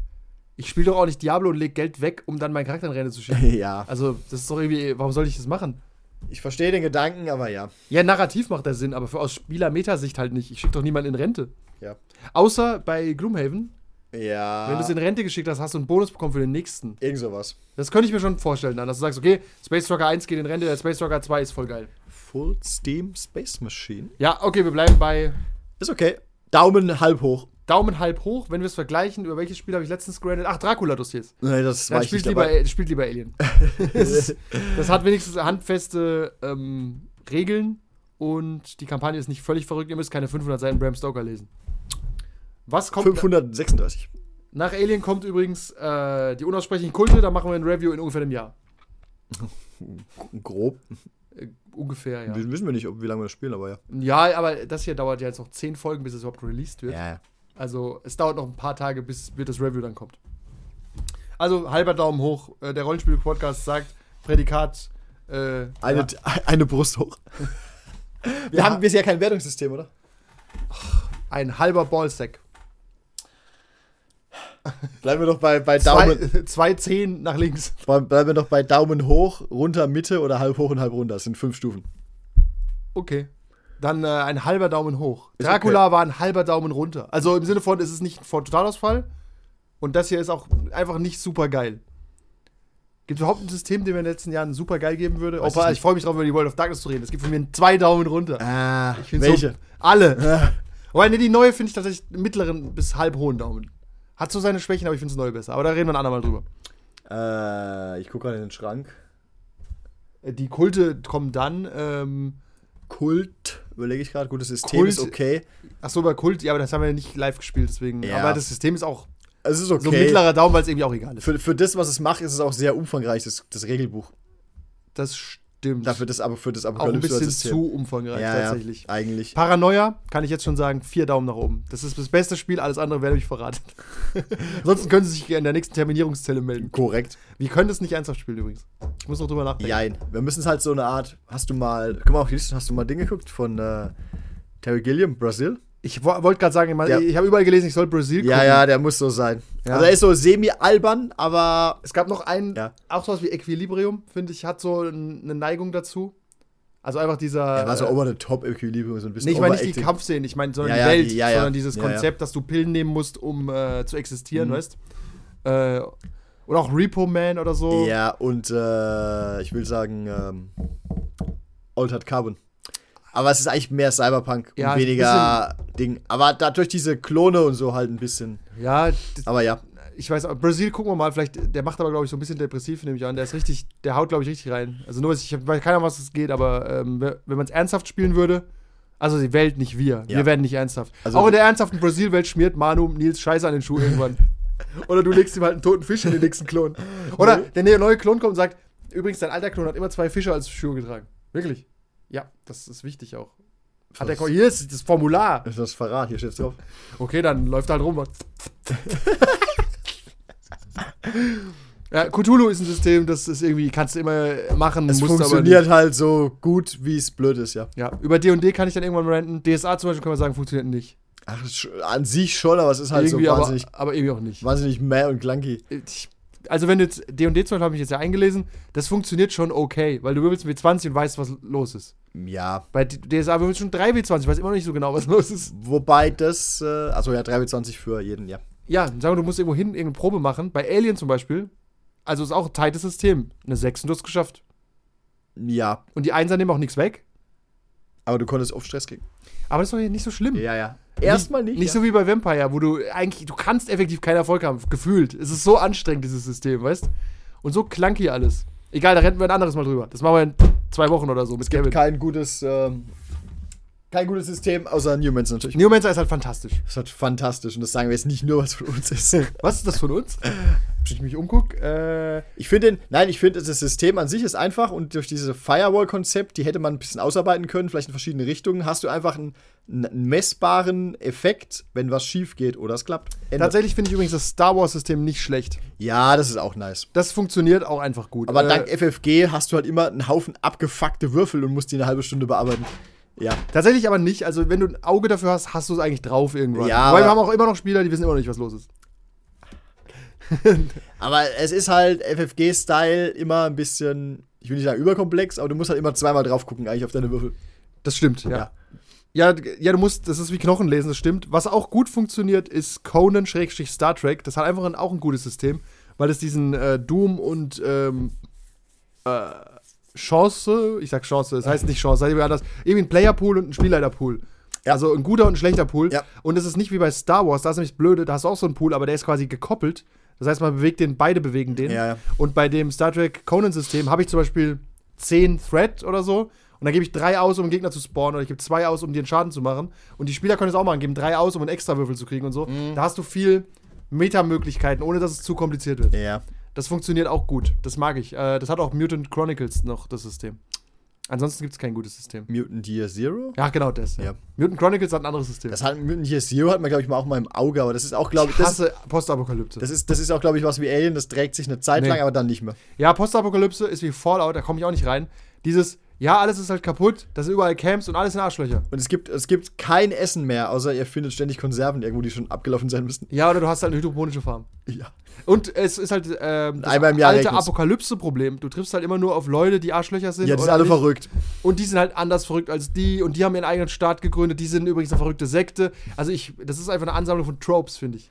[SPEAKER 3] Ich spiele doch auch nicht Diablo und leg Geld weg, um dann meinen Charakter in Rente zu schicken.
[SPEAKER 4] Ja.
[SPEAKER 3] Also, das ist doch irgendwie, warum soll ich das machen?
[SPEAKER 4] Ich verstehe den Gedanken, aber ja.
[SPEAKER 3] Ja, narrativ macht der Sinn, aber für aus Spieler-Metasicht halt nicht. Ich schicke doch niemanden in Rente.
[SPEAKER 4] Ja.
[SPEAKER 3] Außer bei Gloomhaven.
[SPEAKER 4] Ja.
[SPEAKER 3] Wenn du es in Rente geschickt hast, hast du einen Bonus bekommen für den nächsten.
[SPEAKER 4] Irgend sowas.
[SPEAKER 3] Das könnte ich mir schon vorstellen, dann, dass du sagst, okay, Space Trucker 1 geht in Rente, der Space Trucker 2 ist voll geil.
[SPEAKER 4] Full Steam Space Machine.
[SPEAKER 3] Ja, okay, wir bleiben bei
[SPEAKER 4] Ist okay. Daumen halb hoch.
[SPEAKER 3] Daumen halb hoch, wenn wir es vergleichen. Über welches Spiel habe ich letztens gerantet? Ach, Dracula-Dossiers.
[SPEAKER 4] Nee, das
[SPEAKER 3] Dann
[SPEAKER 4] war ich
[SPEAKER 3] spielt
[SPEAKER 4] nicht
[SPEAKER 3] lieber,
[SPEAKER 4] dabei.
[SPEAKER 3] äh, spielt lieber Alien. das, ist, das hat wenigstens handfeste ähm, Regeln und die Kampagne ist nicht völlig verrückt. Ihr müsst keine 500 Seiten Bram Stoker lesen. Was kommt
[SPEAKER 4] 536.
[SPEAKER 3] nach Alien kommt übrigens äh, die unaussprechlichen Kulte, da machen wir ein Review in ungefähr einem Jahr.
[SPEAKER 4] Grob.
[SPEAKER 3] Ungefähr, ja.
[SPEAKER 4] Wissen wir nicht, ob, wie lange wir das spielen, aber ja.
[SPEAKER 3] Ja, aber das hier dauert ja jetzt noch 10 Folgen, bis es überhaupt released wird.
[SPEAKER 4] Ja.
[SPEAKER 3] Also es dauert noch ein paar Tage, bis wird das Review dann kommt. Also halber Daumen hoch. Äh, der Rollenspiel-Podcast sagt Prädikat. Äh,
[SPEAKER 4] Eine, eine Brust hoch. Wir
[SPEAKER 3] Ja.
[SPEAKER 4] haben bisher kein Wertungssystem, oder?
[SPEAKER 3] ein halber Ballsack.
[SPEAKER 4] Bleiben wir doch bei, bei
[SPEAKER 3] Zwei,
[SPEAKER 4] Daumen.
[SPEAKER 3] zwei Zehen nach links.
[SPEAKER 4] Bleib- Bleiben wir doch bei Daumen hoch, runter, Mitte oder halb hoch und halb runter. Das sind fünf Stufen.
[SPEAKER 3] Okay. Dann äh, ein halber Daumen hoch.
[SPEAKER 4] Ist
[SPEAKER 3] Dracula war ein halber Daumen runter. Also im Sinne von, es ist nicht ein Totalausfall. Und das hier ist auch einfach nicht super geil. Gibt es überhaupt ein System, dem wir in den letzten Jahren super geil geben würde?
[SPEAKER 4] ich
[SPEAKER 3] Opa,
[SPEAKER 4] nicht.
[SPEAKER 3] ich freue mich drauf, über die World of Darkness zu reden. Es gibt von mir einen zwei Daumen runter.
[SPEAKER 4] Ah, Äh, ich
[SPEAKER 3] Find's
[SPEAKER 4] welche?
[SPEAKER 3] So, alle. Wobei, ne, die neue finde ich tatsächlich mittleren bis halb hohen Daumen. Hat so seine Schwächen, aber ich finde es neue besser. Aber da reden wir ein andermal drüber.
[SPEAKER 4] Äh, ich gucke gerade in den Schrank.
[SPEAKER 3] Äh, Die Kulte kommen dann. Ähm,
[SPEAKER 4] Kult, überlege ich gerade. Gutes System
[SPEAKER 3] Kult-
[SPEAKER 4] ist okay.
[SPEAKER 3] Achso, bei Kult, ja, aber das haben wir ja nicht live gespielt, deswegen.
[SPEAKER 4] Ja.
[SPEAKER 3] Aber das System ist auch
[SPEAKER 4] Es ist okay.
[SPEAKER 3] so mittlerer Daumen, weil es irgendwie auch egal ist.
[SPEAKER 4] für, für das, was es macht, ist es auch sehr umfangreich, das, das Regelbuch.
[SPEAKER 3] Das stimmt.
[SPEAKER 4] Dafür das, aber für das
[SPEAKER 3] auch ein
[SPEAKER 4] apokalyptische
[SPEAKER 3] bisschen
[SPEAKER 4] System.
[SPEAKER 3] zu umfangreich
[SPEAKER 4] ja,
[SPEAKER 3] tatsächlich.
[SPEAKER 4] Ja, eigentlich.
[SPEAKER 3] Paranoia, kann ich jetzt schon sagen, vier Daumen nach oben. Das ist das beste Spiel, alles andere werde ich verraten. Ansonsten können Sie sich in der nächsten Terminierungszelle melden.
[SPEAKER 4] Korrekt.
[SPEAKER 3] Wir können das nicht ernsthaft spielen übrigens. Ich muss noch drüber nachdenken.
[SPEAKER 4] Jein. Wir müssen es halt so eine Art. Hast du mal. Guck mal auf die Liste, hast du mal Dinge geguckt von äh, Terry Gilliam, Brasil?
[SPEAKER 3] Ich wo- wollte gerade sagen, ich, mein,
[SPEAKER 4] Ja.
[SPEAKER 3] ich habe überall gelesen, ich soll Brasil
[SPEAKER 4] Ja,
[SPEAKER 3] gucken.
[SPEAKER 4] ja, der muss so sein.
[SPEAKER 3] Ja.
[SPEAKER 4] Also er ist so semi-albern, aber.
[SPEAKER 3] Es gab noch einen,
[SPEAKER 4] Ja.
[SPEAKER 3] auch sowas wie Equilibrium, finde ich, hat so n- eine Neigung dazu. Also einfach dieser.
[SPEAKER 4] Er war so
[SPEAKER 3] äh,
[SPEAKER 4] over the top Equilibrium, so ein bisschen.
[SPEAKER 3] nee, ich meine nicht die
[SPEAKER 4] overacting.
[SPEAKER 3] Kampfszenen, ich meine, sondern
[SPEAKER 4] Ja,
[SPEAKER 3] die
[SPEAKER 4] ja,
[SPEAKER 3] Welt,
[SPEAKER 4] die- ja, ja.
[SPEAKER 3] sondern dieses
[SPEAKER 4] Ja, Mhm.
[SPEAKER 3] Konzept, dass du Pillen nehmen musst, um äh, zu existieren, weißt äh, Oder auch Repo Man oder so.
[SPEAKER 4] Ja, und äh, ich will sagen, ähm, Altered Carbon. Aber es ist eigentlich mehr Cyberpunk
[SPEAKER 3] Ja,
[SPEAKER 4] und
[SPEAKER 3] ein
[SPEAKER 4] weniger Ding. Aber dadurch diese Klone und so halt ein bisschen.
[SPEAKER 3] ja das-
[SPEAKER 4] Aber ja,
[SPEAKER 3] ich weiß, auch, Brasil gucken wir mal, vielleicht, der macht aber, glaube ich, so ein bisschen depressiv, nehme ich an. Der ist richtig, der haut, glaube ich, richtig rein. Also nur, was ich weiß keiner, was es geht, aber ähm, we- wenn man es ernsthaft spielen würde, also die Welt, nicht wir.
[SPEAKER 4] Ja.
[SPEAKER 3] Wir werden nicht ernsthaft.
[SPEAKER 4] Also-
[SPEAKER 3] Auch in der ernsthaften Brasil-Welt schmiert Manu Nils Scheiße an den Schuh irgendwann. Oder du legst ihm halt einen toten Fisch in den nächsten Klon. Oder der ne- neue Klon kommt und sagt, übrigens, dein alter Klon hat immer zwei Fische als Schuhe getragen. Wirklich. Ja, das ist wichtig auch. Hat der, Ko- hier ist das Formular.
[SPEAKER 4] das ist das Verrat, hier steht's drauf.
[SPEAKER 3] Okay, dann läuft er halt rum. macht ja, Cthulhu ist ein System, das ist irgendwie, kannst du immer machen,
[SPEAKER 4] Es
[SPEAKER 3] musst
[SPEAKER 4] funktioniert halt so gut, wie es blöd ist, ja.
[SPEAKER 3] Aber nicht. Ja, über D&D kann ich dann irgendwann ranten. DSA zum Beispiel kann man sagen, funktioniert nicht.
[SPEAKER 4] Ach, sch- an sich schon, aber es ist halt
[SPEAKER 3] irgendwie,
[SPEAKER 4] so
[SPEAKER 3] aber,
[SPEAKER 4] wahnsinnig,
[SPEAKER 3] aber irgendwie auch nicht.
[SPEAKER 4] wahnsinnig mäh und clunky.
[SPEAKER 3] Ich, also wenn du jetzt, D&D zum Beispiel habe ich jetzt ja eingelesen, das funktioniert schon okay, weil du wirbelst mit 20 und weißt, was los ist.
[SPEAKER 4] Ja.
[SPEAKER 3] Bei D- DSA wirbelst du schon 3W20, weiß immer noch nicht so genau, was los ist.
[SPEAKER 4] Wobei das, äh, also ja, 3W20 für jeden, ja.
[SPEAKER 3] Ja, sagen wir, du musst irgendwo hin, irgendeine Probe machen. Bei Alien zum Beispiel, also ist auch ein tightes System. Eine 6 und du hast es geschafft.
[SPEAKER 4] Ja,
[SPEAKER 3] Und die Einser nehmen auch nichts weg.
[SPEAKER 4] Aber du konntest oft Stress kriegen.
[SPEAKER 3] Aber das ist doch nicht so schlimm.
[SPEAKER 4] Ja, ja. Erstmal nicht.
[SPEAKER 3] Nicht
[SPEAKER 4] ja.
[SPEAKER 3] so wie bei Vampire, wo du eigentlich, du kannst effektiv keinen Erfolg haben, gefühlt. Es ist so anstrengend, dieses System, weißt Und so clunky alles. Egal, da rennen wir ein anderes Mal drüber. Das machen wir in zwei Wochen oder so mit
[SPEAKER 4] Es gibt
[SPEAKER 3] Kevin.
[SPEAKER 4] kein gutes, ähm, kein gutes System, außer Newmans natürlich.
[SPEAKER 3] Neomancer ist halt fantastisch.
[SPEAKER 4] Das ist halt fantastisch und das sagen wir jetzt nicht nur, was von uns ist.
[SPEAKER 3] Was ist das von uns? Wenn ich mich umgucke, äh,
[SPEAKER 4] Ich finde den, nein, ich finde, das System an sich ist einfach und durch dieses Firewall-Konzept, die hätte man ein bisschen ausarbeiten können, vielleicht in verschiedene Richtungen, hast du einfach einen, einen messbaren Effekt, wenn was schief geht oder es klappt. Ende.
[SPEAKER 3] tatsächlich finde ich übrigens das Star Wars-System nicht schlecht.
[SPEAKER 4] Ja, das ist auch nice.
[SPEAKER 3] Das funktioniert auch einfach gut.
[SPEAKER 4] Aber
[SPEAKER 3] äh,
[SPEAKER 4] dank FFG hast du halt immer einen Haufen abgefuckte Würfel und musst die eine halbe Stunde bearbeiten. Ja.
[SPEAKER 3] Tatsächlich aber nicht. Also, wenn du ein Auge dafür hast, hast du es eigentlich drauf irgendwann.
[SPEAKER 4] Ja,
[SPEAKER 3] Weil wir haben
[SPEAKER 4] aber-
[SPEAKER 3] auch immer noch Spieler, die wissen immer noch nicht, was los ist.
[SPEAKER 4] Aber es ist halt FFG-Style immer ein bisschen, ich will nicht sagen überkomplex, aber du musst halt immer zweimal drauf gucken, eigentlich auf deine Würfel.
[SPEAKER 3] Das stimmt, ja.
[SPEAKER 4] Ja.
[SPEAKER 3] ja. Ja, du musst, das ist wie Knochen lesen, das stimmt. Was auch gut funktioniert, ist Conan Schrägstrich Star Trek. Das hat einfach ein, auch ein gutes System, weil es diesen äh, Doom und ähm, äh, Chance, ich sag Chance, das heißt nicht Chance, das heißt irgendwie anders, irgendwie ein Playerpool und ein Spielleiterpool.
[SPEAKER 4] Ja.
[SPEAKER 3] Also ein guter und ein schlechter Pool.
[SPEAKER 4] Ja.
[SPEAKER 3] Und es ist nicht wie bei Star Wars, da ist nämlich blöde, da hast du auch so einen Pool, aber der ist quasi gekoppelt. Das heißt, man bewegt den, beide bewegen den.
[SPEAKER 4] Ja, ja.
[SPEAKER 3] Und bei dem Star Trek Conan-System habe ich zum Beispiel 10 Thread oder so. Und dann gebe ich drei aus, um einen Gegner zu spawnen, oder ich gebe zwei aus, um dir einen Schaden zu machen. Und die Spieler können es auch machen, geben drei aus, um einen extra Würfel zu kriegen und so.
[SPEAKER 4] Mhm.
[SPEAKER 3] Da hast du viel Metamöglichkeiten, ohne dass es zu kompliziert wird.
[SPEAKER 4] Ja.
[SPEAKER 3] Das funktioniert auch gut. Das mag ich. Äh, das hat auch Mutant Chronicles noch, das System. Ansonsten gibt es kein gutes System.
[SPEAKER 4] Mutant Year Zero?
[SPEAKER 3] Ja, genau das. Ja.
[SPEAKER 4] Ja.
[SPEAKER 3] Mutant Chronicles hat ein anderes System.
[SPEAKER 4] Das hat Mutant Year Zero hat man, glaube ich, mal auch mal im Auge, aber das ist auch, glaube ich,
[SPEAKER 3] ich
[SPEAKER 4] das,
[SPEAKER 3] hasse äh, Postapokalypse.
[SPEAKER 4] das, ist, das ist auch, glaube ich, was wie Alien, das trägt sich eine Zeit
[SPEAKER 3] Nee.
[SPEAKER 4] lang, aber dann nicht mehr.
[SPEAKER 3] Ja, Postapokalypse ist wie Fallout, da komme ich auch nicht rein. Dieses, ja, alles ist halt kaputt, das sind überall Camps und alles sind Arschlöcher.
[SPEAKER 4] Und es gibt, es gibt kein Essen mehr, außer ihr findet ständig Konserven irgendwo, die schon abgelaufen sein müssen.
[SPEAKER 3] Ja, oder du hast halt eine hydroponische Farm.
[SPEAKER 4] Ja.
[SPEAKER 3] Und es ist halt ähm, das
[SPEAKER 4] Einmal im Jahr
[SPEAKER 3] alte
[SPEAKER 4] regnet's.
[SPEAKER 3] Apokalypse-Problem. Du triffst halt immer nur auf Leute, die Arschlöcher sind.
[SPEAKER 4] Ja, die sind
[SPEAKER 3] oder
[SPEAKER 4] alle
[SPEAKER 3] nicht.
[SPEAKER 4] verrückt.
[SPEAKER 3] Und die sind halt anders verrückt als die. Und die haben ihren eigenen Staat gegründet. Die sind übrigens eine verrückte Sekte. Also ich, das ist einfach eine Ansammlung von Tropes, finde ich.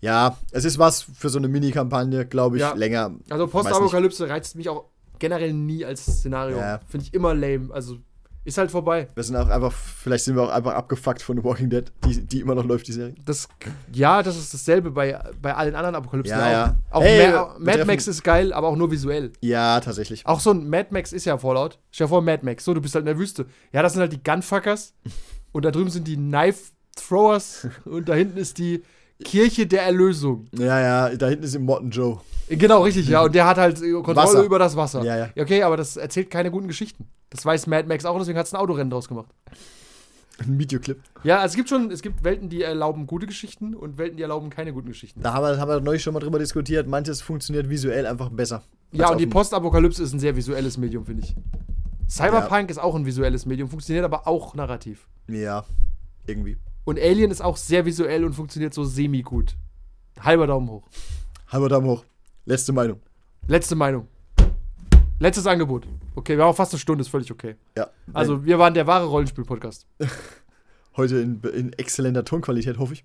[SPEAKER 4] Ja, es ist was für so eine Mini-Kampagne, glaube ich,
[SPEAKER 3] Ja.
[SPEAKER 4] länger.
[SPEAKER 3] Also
[SPEAKER 4] Weiß nicht.
[SPEAKER 3] Postapokalypse reizt mich auch generell nie als Szenario.
[SPEAKER 4] Ja.
[SPEAKER 3] Finde ich immer lame. Also ist halt vorbei.
[SPEAKER 4] Wir sind auch einfach, vielleicht sind wir auch einfach abgefuckt von The Walking Dead, die, die immer noch läuft, die Serie.
[SPEAKER 3] Das, ja, das ist dasselbe bei, bei allen anderen Apokalypsen
[SPEAKER 4] Ja,
[SPEAKER 3] auch.
[SPEAKER 4] ja.
[SPEAKER 3] Auch
[SPEAKER 4] Hey,
[SPEAKER 3] Ma
[SPEAKER 4] wir
[SPEAKER 3] Mad
[SPEAKER 4] treffen-
[SPEAKER 3] Max ist geil, aber auch nur visuell.
[SPEAKER 4] Ja, tatsächlich.
[SPEAKER 3] Auch so ein Mad Max ist ja Fallout. Stell dir vor, Mad Max. So, du bist halt in der Wüste. Ja, das sind halt die Gunfuckers. und da drüben sind die Knife Throwers. und da hinten ist die Kirche der Erlösung.
[SPEAKER 4] Ja, ja, da hinten ist im Morton Joe.
[SPEAKER 3] Genau, richtig, ja. Und der hat halt äh, Kontrolle
[SPEAKER 4] Wasser.
[SPEAKER 3] über das Wasser.
[SPEAKER 4] Ja, ja.
[SPEAKER 3] Okay, aber das erzählt keine guten Geschichten. Das weiß Mad Max auch, und deswegen hat es ein Autorennen draus gemacht.
[SPEAKER 4] Ein Videoclip.
[SPEAKER 3] Ja, also es gibt schon, es gibt Welten, die erlauben gute Geschichten und Welten, die erlauben keine guten Geschichten.
[SPEAKER 4] Da haben wir, haben wir neulich schon mal drüber diskutiert. Manches funktioniert visuell einfach besser.
[SPEAKER 3] Ja,
[SPEAKER 4] Als
[SPEAKER 3] und die
[SPEAKER 4] auf dem-
[SPEAKER 3] Postapokalypse ist ein sehr visuelles Medium, finde ich. Cyberpunk ist auch ein visuelles Medium, funktioniert aber auch narrativ.
[SPEAKER 4] Ja, irgendwie.
[SPEAKER 3] Und Alien ist auch sehr visuell und funktioniert so semi-gut. Halber Daumen hoch.
[SPEAKER 4] Halber Daumen hoch. Letzte Meinung.
[SPEAKER 3] Letzte Meinung. Letztes Angebot. Okay, wir haben auch fast eine Stunde, ist völlig okay.
[SPEAKER 4] Ja.
[SPEAKER 3] Also, wir waren der wahre Rollenspiel-Podcast.
[SPEAKER 4] Heute in, in exzellenter Tonqualität, hoffe ich.